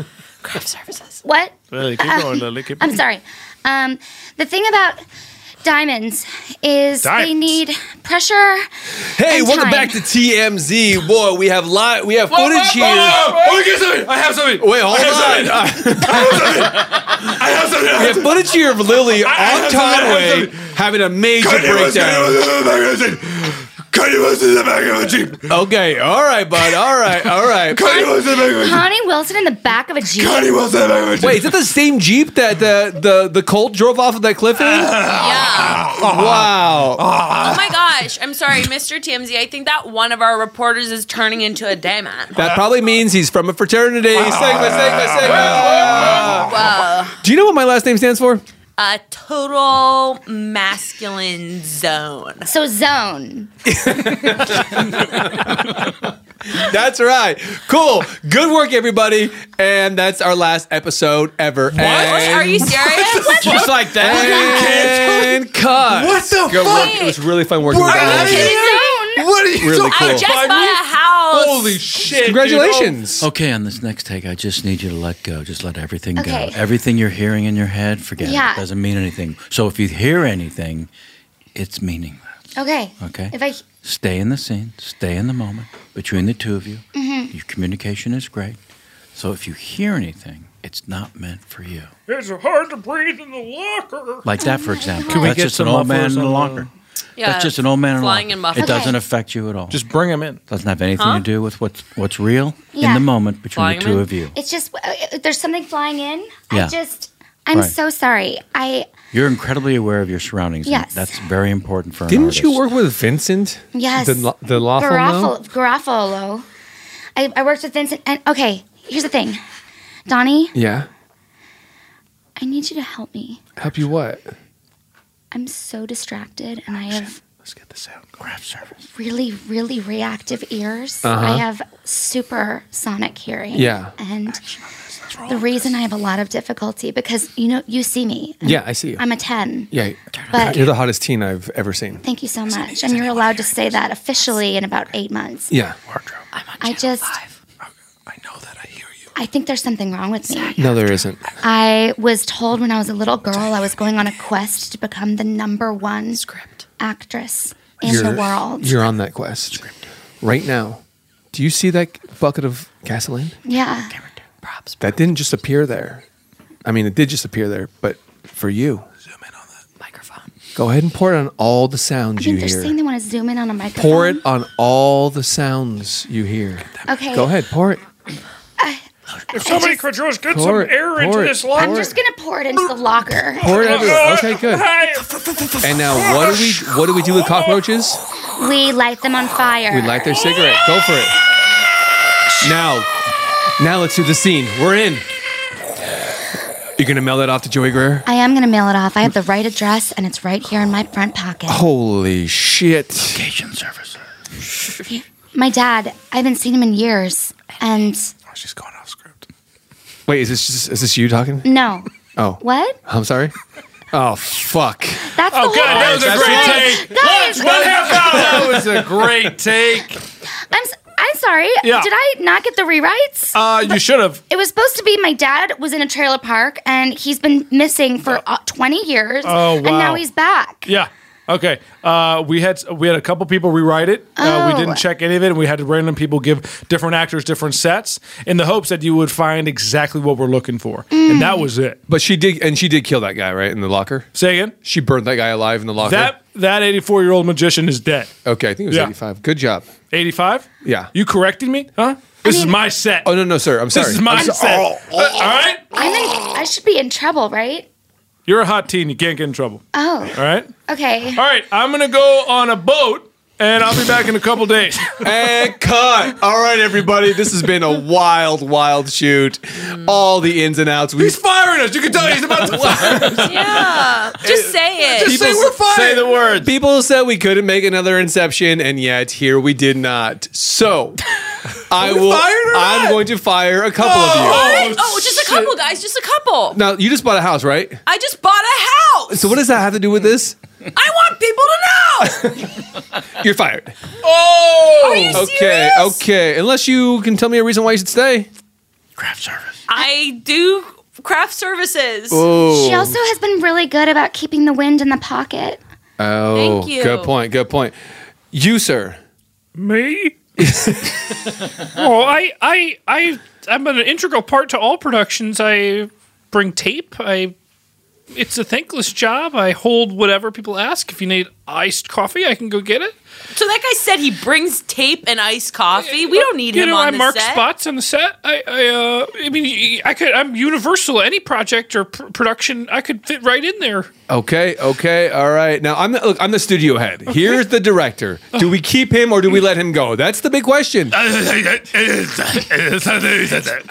Speaker 10: Craft services. What?
Speaker 7: Lily, keep
Speaker 10: Uh,
Speaker 7: going, Lily. Keep
Speaker 10: I'm
Speaker 7: going.
Speaker 10: sorry. Um, the thing about diamonds is they
Speaker 5: Diamonds.
Speaker 10: need pressure.
Speaker 5: Hey,
Speaker 10: and
Speaker 5: welcome
Speaker 10: time.
Speaker 5: back to TMZ. Boy, we have live we have
Speaker 10: Whoa,
Speaker 5: footage
Speaker 10: whoa,
Speaker 5: here.
Speaker 10: whoa,
Speaker 7: whoa, let me get something. I have something.
Speaker 5: Wait, hold
Speaker 7: I uh, have
Speaker 5: on.
Speaker 7: something.
Speaker 5: I have something. We have footage here of Lily on Conway having a major breakdown. Okay, all right, bud. All right, all right.
Speaker 10: Connie Wilson in the back of a jeep.
Speaker 5: Wait, is that the same Jeep that the the, the Colt drove off of that cliff in? Yeah. Wow.
Speaker 15: Oh my gosh. I'm sorry, Mr. TMZ. I think that one of our reporters is turning into a demon.
Speaker 5: That probably means he's from a fraternity. Sigma, Sigma, Sigma.
Speaker 15: Whoa.
Speaker 5: Do you know what my last name stands for?
Speaker 15: A total masculine zone.
Speaker 10: So zone.
Speaker 5: That's right. Cool. Good work, everybody. And that's our last episode ever. What?
Speaker 15: Are you serious?
Speaker 5: Just like that. And cut.
Speaker 15: What the
Speaker 5: Good work.
Speaker 15: fuck?
Speaker 5: It was really fun working with all of you.
Speaker 15: What
Speaker 5: are you Really talking cool.
Speaker 15: I just
Speaker 5: about?
Speaker 15: bought a house.
Speaker 5: Holy shit, Congratulations.
Speaker 4: Oh. Okay, on this next take, I just need you to let go. Just let everything
Speaker 10: Okay.
Speaker 4: go. Everything you're hearing in your head, forget
Speaker 10: Yeah.
Speaker 4: it. It doesn't mean anything. So if you hear anything, it's meaningless.
Speaker 10: Okay.
Speaker 4: Okay?
Speaker 10: If I
Speaker 4: Stay in the scene, stay in the moment between the two of you.
Speaker 10: Mhm.
Speaker 4: Your communication is great. So if you hear anything, it's not meant for you.
Speaker 7: It's hard to breathe in the locker.
Speaker 4: Like that,
Speaker 10: Oh
Speaker 4: for example.
Speaker 7: Can we
Speaker 4: That's
Speaker 7: get
Speaker 4: just
Speaker 7: some
Speaker 4: an old man
Speaker 7: mufflers
Speaker 4: in a
Speaker 7: on
Speaker 4: locker.
Speaker 7: Yeah,
Speaker 4: That's just an old man in a
Speaker 7: flying
Speaker 4: locker.
Speaker 7: in mufflers.
Speaker 4: It doesn't
Speaker 7: Okay.
Speaker 4: affect you at all.
Speaker 7: Just bring him in.
Speaker 4: Doesn't have anything
Speaker 10: Huh?
Speaker 4: to do with what's what's real in
Speaker 10: Yeah.
Speaker 4: the moment between
Speaker 10: Flying
Speaker 4: the
Speaker 10: him
Speaker 4: two
Speaker 10: in?
Speaker 4: of you.
Speaker 10: It's just uh, if there's something flying in.
Speaker 4: Yeah.
Speaker 10: I just I'm
Speaker 4: Right.
Speaker 10: so sorry. I
Speaker 4: You're incredibly aware of your surroundings. and
Speaker 10: Yes.
Speaker 4: that's very important for. An
Speaker 5: Didn't
Speaker 4: artist.
Speaker 5: you work with Vincent?
Speaker 10: Yes.
Speaker 5: The, lo- the lawful no?
Speaker 10: Garofalo. Garofalo. I, I worked with Vincent. And okay, here's the thing, Donnie.
Speaker 5: Yeah.
Speaker 10: I need you to help me.
Speaker 5: Help you what?
Speaker 10: I'm so distracted, and I have
Speaker 5: Let's get the sound. Craft service.
Speaker 10: really, really reactive ears.
Speaker 5: Uh-huh.
Speaker 10: I have super sonic hearing.
Speaker 5: Yeah.
Speaker 10: And the reason I have a lot of difficulty because you know you see me.
Speaker 5: Yeah, I see you.
Speaker 10: I'm a ten.
Speaker 5: yeah.
Speaker 10: But-
Speaker 5: You're the hottest teen I've ever seen.
Speaker 10: Thank you so much. And you're allowed to say that officially in about eight months.
Speaker 5: Yeah.
Speaker 10: I just. I know that. I hear you. I think there's something wrong with me.
Speaker 5: No, there isn't.
Speaker 10: I was told when I was a little girl I was going on a quest to become the number one script actress in the world.
Speaker 5: You're on that quest right now. Do you see that bucket of gasoline?
Speaker 10: yeah.
Speaker 5: That didn't just appear there. I mean, it did just appear there, but for you. Zoom in on that microphone. Go ahead and pour it on all the
Speaker 10: I
Speaker 5: sounds you
Speaker 10: think they're saying
Speaker 5: hear.
Speaker 10: they want to zoom in on a microphone.
Speaker 5: Pour it on all the sounds you hear.
Speaker 10: Okay.
Speaker 5: Go ahead, pour it.
Speaker 7: If somebody
Speaker 10: just-
Speaker 7: could just get
Speaker 5: Pour
Speaker 7: some
Speaker 5: it,
Speaker 7: air into
Speaker 5: pour it,
Speaker 7: this locker.
Speaker 10: I'm just gonna pour it into the locker.
Speaker 5: Pour it everywhere. Okay, good.
Speaker 7: good.
Speaker 5: And now, what do we what do we do with cockroaches?
Speaker 10: We light them on fire.
Speaker 5: We light their cigarette. Go for it. Now, now let's do the scene. We're in. You're gonna mail that off to Joey Greer.
Speaker 10: I am gonna mail it off. I have the right address and it's right here in my front pocket.
Speaker 5: Oh. Holy shit! Location service.
Speaker 10: My dad, I haven't seen him in years, and she's going off script.
Speaker 5: Wait, is this just, is this you talking?
Speaker 10: No,
Speaker 5: Oh,
Speaker 10: what?
Speaker 5: I'm sorry. Oh fuck!
Speaker 10: That's
Speaker 7: Oh,
Speaker 10: the
Speaker 7: God, that was a
Speaker 10: That's the-
Speaker 7: great take.
Speaker 10: That is-
Speaker 7: One half hour. That was a great take.
Speaker 10: I'm s- I'm sorry.
Speaker 7: Yeah.
Speaker 10: Did I not get the rewrites?
Speaker 7: Uh, you should have.
Speaker 10: It was supposed to be my dad was in a trailer park and he's been missing for uh, 20 years.
Speaker 7: Oh,
Speaker 10: And now
Speaker 7: wow.
Speaker 10: he's back.
Speaker 7: Yeah. Okay, uh, we had we had a couple people rewrite it.
Speaker 10: Oh.
Speaker 7: Uh, we didn't check any of it. and We had random people give different actors different sets in the hopes that you would find exactly what we're looking for, and that was it.
Speaker 5: But she did, and she did kill that guy, right, in the locker.
Speaker 7: Say again.
Speaker 5: She burned that guy alive in the locker.
Speaker 7: That that eighty four year old magician is dead.
Speaker 5: okay, I think it was
Speaker 7: Yeah.
Speaker 5: eighty-five. Good job.
Speaker 7: Eighty five.
Speaker 5: Yeah.
Speaker 7: You corrected me, huh? This is my set.
Speaker 5: Oh no, no, sir. I'm sorry.
Speaker 7: This is my
Speaker 5: I'm so-
Speaker 7: set.
Speaker 5: Oh,
Speaker 7: Uh, all right,
Speaker 10: I'm in, I should be in trouble, right?
Speaker 7: you're a hot teen. You can't get in trouble.
Speaker 10: Oh,
Speaker 7: All right.
Speaker 10: okay.
Speaker 7: All right, I'm gonna go on a boat, and I'll be back in a couple days.
Speaker 5: and cut. All right, everybody. This has been a wild, wild shoot.
Speaker 7: Mm.
Speaker 5: All the ins and outs. We, he's
Speaker 7: firing us. You can tell he's about to fire.
Speaker 15: yeah. Just say it.
Speaker 5: Say the word. People said we couldn't make another Inception, and yet here we did not. So I
Speaker 15: we
Speaker 5: will.
Speaker 15: fired or
Speaker 5: I'm
Speaker 15: not?
Speaker 5: going to fire a couple of you.
Speaker 15: What? Oh, just a couple, guys. Just a couple.
Speaker 5: Now you just bought a house, right?
Speaker 15: I just bought a house.
Speaker 5: So what does that have to do with this?
Speaker 15: I want people to know.
Speaker 5: You're fired.
Speaker 7: Oh.
Speaker 15: Are you
Speaker 5: okay. Okay. Unless you can tell me a reason why you should stay.
Speaker 15: I do craft services.
Speaker 5: Oh.
Speaker 10: She also has been really good about keeping the wind in the pocket.
Speaker 5: Oh,
Speaker 10: Thank you.
Speaker 5: good point. Good point. You, sir.
Speaker 6: Me? oh, I, I, I, I'm an integral part to all productions. I bring tape. I, it's a thankless job. I hold whatever people ask. If you need iced coffee, I can go get it.
Speaker 15: So that guy said he brings tape and iced coffee. We don't need
Speaker 6: you
Speaker 15: him
Speaker 6: know,
Speaker 15: on
Speaker 6: I
Speaker 15: the
Speaker 6: mark
Speaker 15: set.
Speaker 6: spots on the set. I, I, uh, I mean, I could. I'm universal. Any project or pr- production, I could fit right in there.
Speaker 5: Okay. Okay. All right. Now I'm the, look. I'm the studio head. Here's the director. Do we keep him or do we let him go? That's the big question. All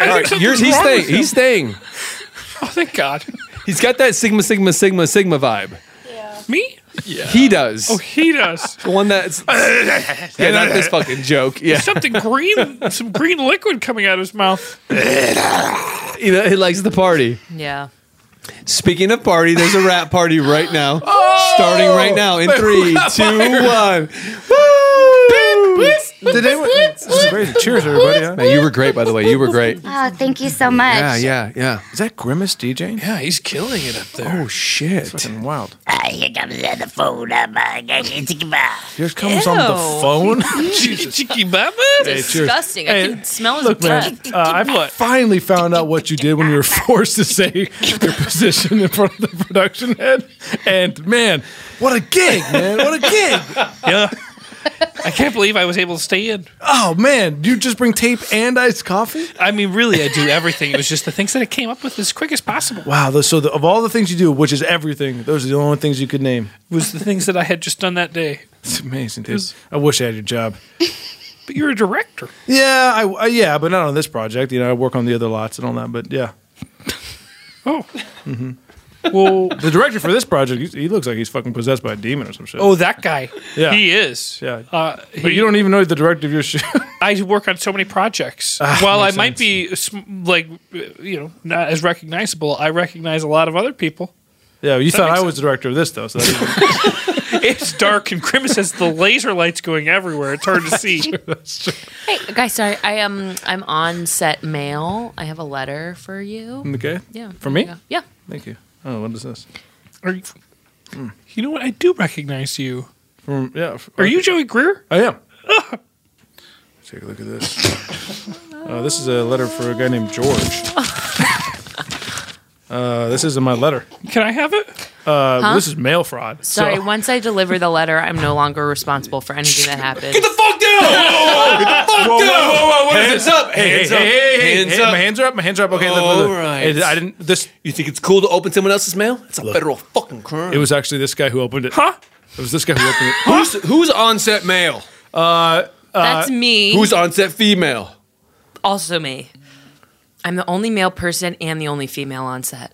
Speaker 5: right. Yours. He's
Speaker 6: wrong
Speaker 5: staying.
Speaker 6: with him.
Speaker 5: He's staying.
Speaker 6: Oh, thank God.
Speaker 5: He's got that sigma, sigma, sigma, sigma vibe.
Speaker 6: Me?
Speaker 5: Yeah. He does.
Speaker 6: Oh, he does.
Speaker 5: The one that's yeah, not this fucking joke. Yeah.
Speaker 6: There's something green, some green liquid coming out of his mouth.
Speaker 5: You know, he likes the party.
Speaker 15: Yeah.
Speaker 5: Speaking of party, there's a rap party right now.
Speaker 7: Oh!
Speaker 5: starting right now in
Speaker 11: Wait,
Speaker 5: three,
Speaker 11: who got
Speaker 5: two,
Speaker 11: fired?
Speaker 5: one.
Speaker 11: Did anyone- this is great. Cheers, everybody. huh?
Speaker 5: Man, you were great, by the way. You were great.
Speaker 10: Oh, thank you so much.
Speaker 5: Yeah, yeah, yeah.
Speaker 7: Is that Grimace DJ?
Speaker 6: Yeah, he's killing it up there.
Speaker 5: Oh shit! fucking
Speaker 7: wild.
Speaker 9: Here comes the phone. I'm
Speaker 7: Here comes on the
Speaker 9: Ew.
Speaker 7: phone.
Speaker 6: Jesus. Chicky Baba?
Speaker 15: Disgusting. I can smell his
Speaker 7: look, man,
Speaker 15: breath.
Speaker 7: uh, I finally found out what you did when you were forced to say your position in front of the production head. And man, what a gig, man. What a gig.
Speaker 6: yeah. I can't believe I was able to stay in.
Speaker 7: Oh, man. You just bring tape and iced coffee?
Speaker 6: I mean, really, I do everything. It was just the things that I came up with as quick as possible.
Speaker 7: Wow. those- So, the, of all the things you do, which is everything, those are the only things you could name.
Speaker 6: Was the things that I had just done that day.
Speaker 7: It's amazing, dude. I wish I had your job.
Speaker 6: But you're a director.
Speaker 7: Yeah, I, I- yeah, but not on this project. You know, I work on the other lots and all that. But yeah,
Speaker 6: Oh.
Speaker 7: hmm
Speaker 6: Well,
Speaker 7: the director for this project, he, he looks like he's fucking possessed by a demon or some shit.
Speaker 6: Oh, that guy.
Speaker 7: Yeah.
Speaker 6: He is.
Speaker 7: Yeah.
Speaker 6: Uh,
Speaker 7: but you don't even know the director of your show.
Speaker 6: I work on so many projects.
Speaker 7: Ah,
Speaker 6: While I
Speaker 7: makes
Speaker 6: might be sm- like, uh, you know, not as recognizable, I recognize a lot of other people.
Speaker 7: yeah, you
Speaker 6: That
Speaker 7: thought I
Speaker 6: makes
Speaker 7: was the director of this though. So that's
Speaker 6: It's dark and Grimace has the laser lights going everywhere. It's hard to see.
Speaker 8: Hey, guys, sorry. I um, I'm on set mail. I have a letter for you.
Speaker 7: okay.
Speaker 8: Yeah.
Speaker 7: For me.
Speaker 8: Yeah. Yeah.
Speaker 7: Thank you. Oh, what is this? Hmm.
Speaker 6: Are you, you know what? I do recognize you.
Speaker 7: From yeah. f-
Speaker 6: Are you Joey Greer? Ah.
Speaker 7: I am. Take a look at this. Uh, this is a letter for a guy named George. Uh, this isn't my letter.
Speaker 6: Can I have it?
Speaker 7: Uh,
Speaker 8: Huh?
Speaker 7: This is mail fraud.
Speaker 8: Sorry.
Speaker 7: So.
Speaker 8: Once I deliver the letter, I'm no longer responsible for anything that happened. Get the
Speaker 5: fuck down!
Speaker 7: Whoa, whoa, whoa, whoa, what is
Speaker 5: Hands
Speaker 7: this?
Speaker 5: up,
Speaker 7: Hey,
Speaker 5: hands
Speaker 7: hey,
Speaker 5: up,
Speaker 7: hey, hey,
Speaker 5: hands
Speaker 7: hey,
Speaker 5: up.
Speaker 7: My hands are up. My hands are up. Okay, look, look,
Speaker 5: All
Speaker 7: look.
Speaker 5: right.
Speaker 7: It- I didn't. This.
Speaker 5: You think it's cool to open someone else's mail? It's a federal fucking crime.
Speaker 7: It was actually this guy who opened it. Huh? It was this guy who opened it.
Speaker 5: Who's, who's on set male?
Speaker 7: Uh,
Speaker 8: That's me.
Speaker 5: Who's on set female?
Speaker 8: Also me. I'm the only male person and the only female on set.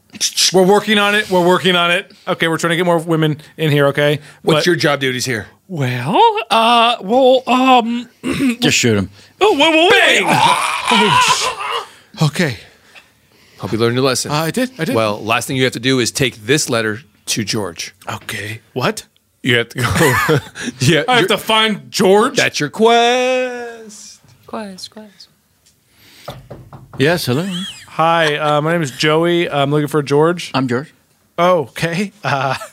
Speaker 7: We're working on it. We're working on it. Okay, we're trying to get more women in here. Okay.
Speaker 5: What's your job duties here?
Speaker 6: Well, uh, well, um,
Speaker 4: Just shoot him.
Speaker 6: oh, whoa, whoa, wait.
Speaker 7: Okay.
Speaker 5: Hope you learned your lesson.
Speaker 7: Uh, I did. I did.
Speaker 5: Well, last thing you have to do is take this letter to George.
Speaker 7: Okay. What?
Speaker 5: You have to go. yeah.
Speaker 7: I have to find George.
Speaker 5: That's your quest.
Speaker 8: Quest, quest.
Speaker 7: Yes. Hello. Hi. Uh, my name is Joey. I'm looking for George.
Speaker 4: I'm George.
Speaker 7: Okay. Uh,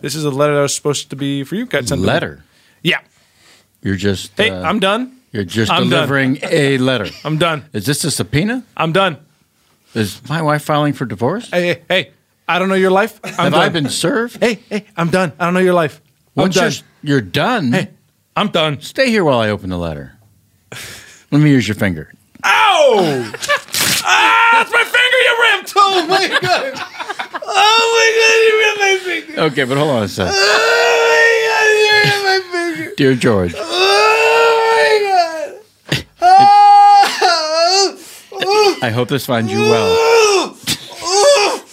Speaker 7: This is a letter that was supposed to be for you. Got sent to me.
Speaker 4: Letter?
Speaker 7: Yeah.
Speaker 4: You're just.
Speaker 7: Hey,
Speaker 4: uh,
Speaker 7: I'm done.
Speaker 4: You're just
Speaker 7: I'm done.
Speaker 4: delivering a letter.
Speaker 7: I'm done.
Speaker 4: Is this a subpoena?
Speaker 7: I'm done.
Speaker 4: Is my wife filing for divorce?
Speaker 7: Hey, hey, hey, I don't know your life. I'm
Speaker 4: Have
Speaker 7: done.
Speaker 4: I been served?
Speaker 7: Hey, hey, I'm done. I don't know your life.
Speaker 4: Once
Speaker 7: I'm
Speaker 4: you're,
Speaker 7: done.
Speaker 4: you're done, hey,
Speaker 7: I'm done.
Speaker 4: Stay here while I open the letter. Let me use your finger.
Speaker 11: Ow! ah, that's my finger you ripped! Oh my god! Oh my god, you ripped my finger!
Speaker 4: Okay, but hold on a second.
Speaker 11: Oh my god, you ripped my finger!
Speaker 4: Dear George,
Speaker 11: Oh my god! Oh! Oh!
Speaker 4: I hope this finds you well.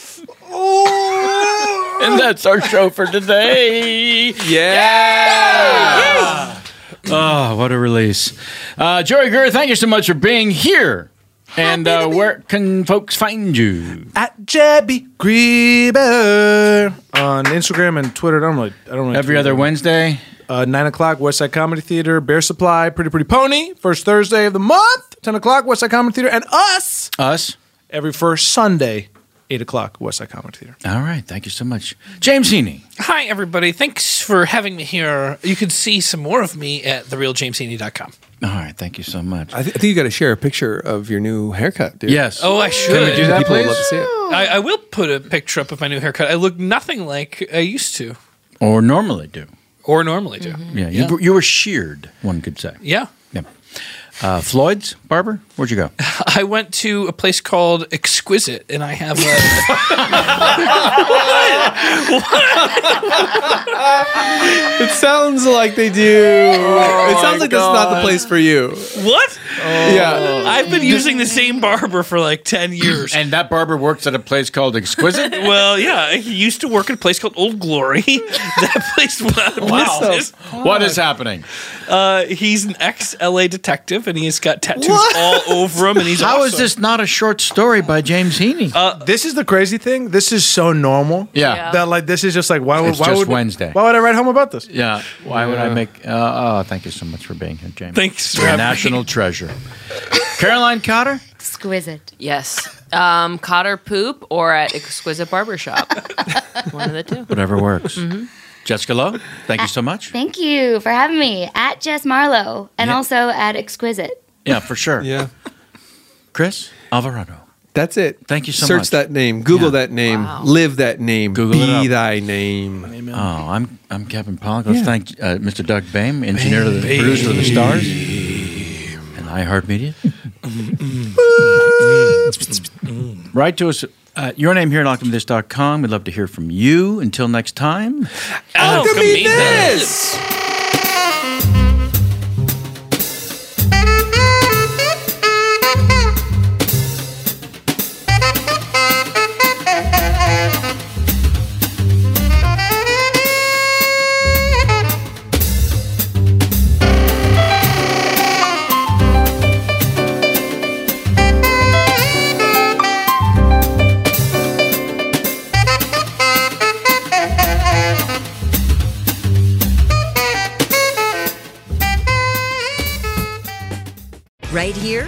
Speaker 11: Oh!
Speaker 4: And that's our show for today.
Speaker 11: Yeah!
Speaker 4: Oh, what a release. Uh, Jory Gurr, thank you so much for being here. And uh, where can folks find you?
Speaker 7: At Jabby Grieber on Instagram and Twitter. I don't really. I don't really
Speaker 4: Every other Wednesday.
Speaker 7: Uh, nine o'clock, Westside Comedy Theater, Bear Supply, Pretty Pretty Pony. First Thursday of the month, ten o'clock, Westside Comedy Theater, and us.
Speaker 4: Us.
Speaker 7: Every first Sunday, eight o'clock, Westside Comedy Theater.
Speaker 4: All right. Thank you so much. James Heaney.
Speaker 6: Hi, everybody. Thanks for having me here. You can see some more of me at therealjameshaney.com.
Speaker 4: All right. Thank you so much.
Speaker 5: I, th- I think you got to share a picture of your new haircut, dude.
Speaker 4: Yes.
Speaker 6: Oh, I should.
Speaker 5: Can we do that, People would
Speaker 6: please?
Speaker 5: love to see it.
Speaker 6: I, I will put a picture up of my new haircut. I look nothing like I used to
Speaker 4: Or normally do.
Speaker 6: or normally do.
Speaker 5: Mm-hmm.
Speaker 4: Yeah. You, were- you were sheared, one could say.
Speaker 6: Yeah.
Speaker 4: Yeah. Uh, Floyd's barber, where'd you go?
Speaker 6: I went to a place called Exquisite, and I have a.
Speaker 5: It sounds like they do.
Speaker 6: Oh
Speaker 5: it sounds like this is not the place for you.
Speaker 6: What?
Speaker 5: Yeah.
Speaker 6: I've been using the same barber for like 10 years.
Speaker 4: and that barber works at a place called Exquisite?
Speaker 6: well, yeah. He used to work at a place called Old Glory. that place went out of
Speaker 4: Wow.
Speaker 6: business.
Speaker 4: What is happening?
Speaker 6: Uh, he's an ex LA detective, and he's got tattoos
Speaker 4: What?
Speaker 6: all over him, and he's
Speaker 4: How is
Speaker 6: awesome.
Speaker 4: this not a short story by James Heaney?
Speaker 7: this is the crazy thing. This is so normal.
Speaker 4: Yeah. Yeah.
Speaker 7: That like this is just like why would
Speaker 4: It's
Speaker 7: why
Speaker 4: just
Speaker 7: would
Speaker 4: Wednesday.
Speaker 7: Why would I write home about this?
Speaker 4: Yeah. Why would I
Speaker 7: Yeah.
Speaker 4: make? Uh, oh, thank you so much for being here, James.
Speaker 6: Thanks
Speaker 4: You're
Speaker 6: for
Speaker 4: a
Speaker 6: having
Speaker 4: national treasure. Caroline Cotter.
Speaker 8: Exquisite. Yes. Um, Cotter Poop or at Exquisite Barbershop. One of the two.
Speaker 4: Whatever works. Mm-hmm. Jessica Lowe. Thank you so much.
Speaker 10: Thank you for having me at Jess Marlowe and
Speaker 4: Yeah.
Speaker 10: also at Exquisite.
Speaker 4: Yeah, for sure. Yeah. Chris Alvarado.
Speaker 5: That's it.
Speaker 4: Thank you so
Speaker 5: Search
Speaker 4: much.
Speaker 5: that name. Google that name. Live that name.
Speaker 4: Google it
Speaker 5: Be
Speaker 4: up.
Speaker 5: thy name.
Speaker 4: Oh, I'm I'm Captain Pollock. Let's
Speaker 5: Yeah.
Speaker 4: thank uh, Mr. Doug Bame, engineer of the
Speaker 5: Bame.
Speaker 4: producer of the stars, and iHeartMedia. Write to us. Uh, your name here at alchemythis.com. We'd love to hear from you. Until next time.
Speaker 11: Alchemy Oh, this!
Speaker 2: Right here,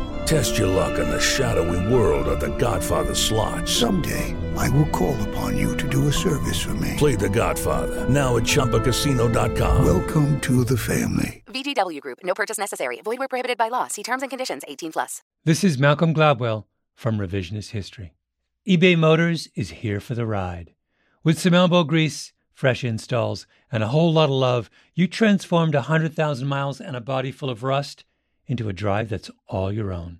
Speaker 16: Test your luck in the shadowy world of The Godfather slot.
Speaker 17: Someday, I will call upon you to do a service for me.
Speaker 16: Play The Godfather now at ChumbaCasino.com.
Speaker 17: Welcome to the family.
Speaker 18: VGW Group. No purchase necessary. Void where prohibited by law. See terms and conditions. 18 plus.
Speaker 19: This is Malcolm Gladwell from Revisionist History. eBay Motors is here for the ride. With some elbow grease, fresh installs, and a whole lot of love, you transformed 100,000 miles and a body full of rust into a drive that's all your own.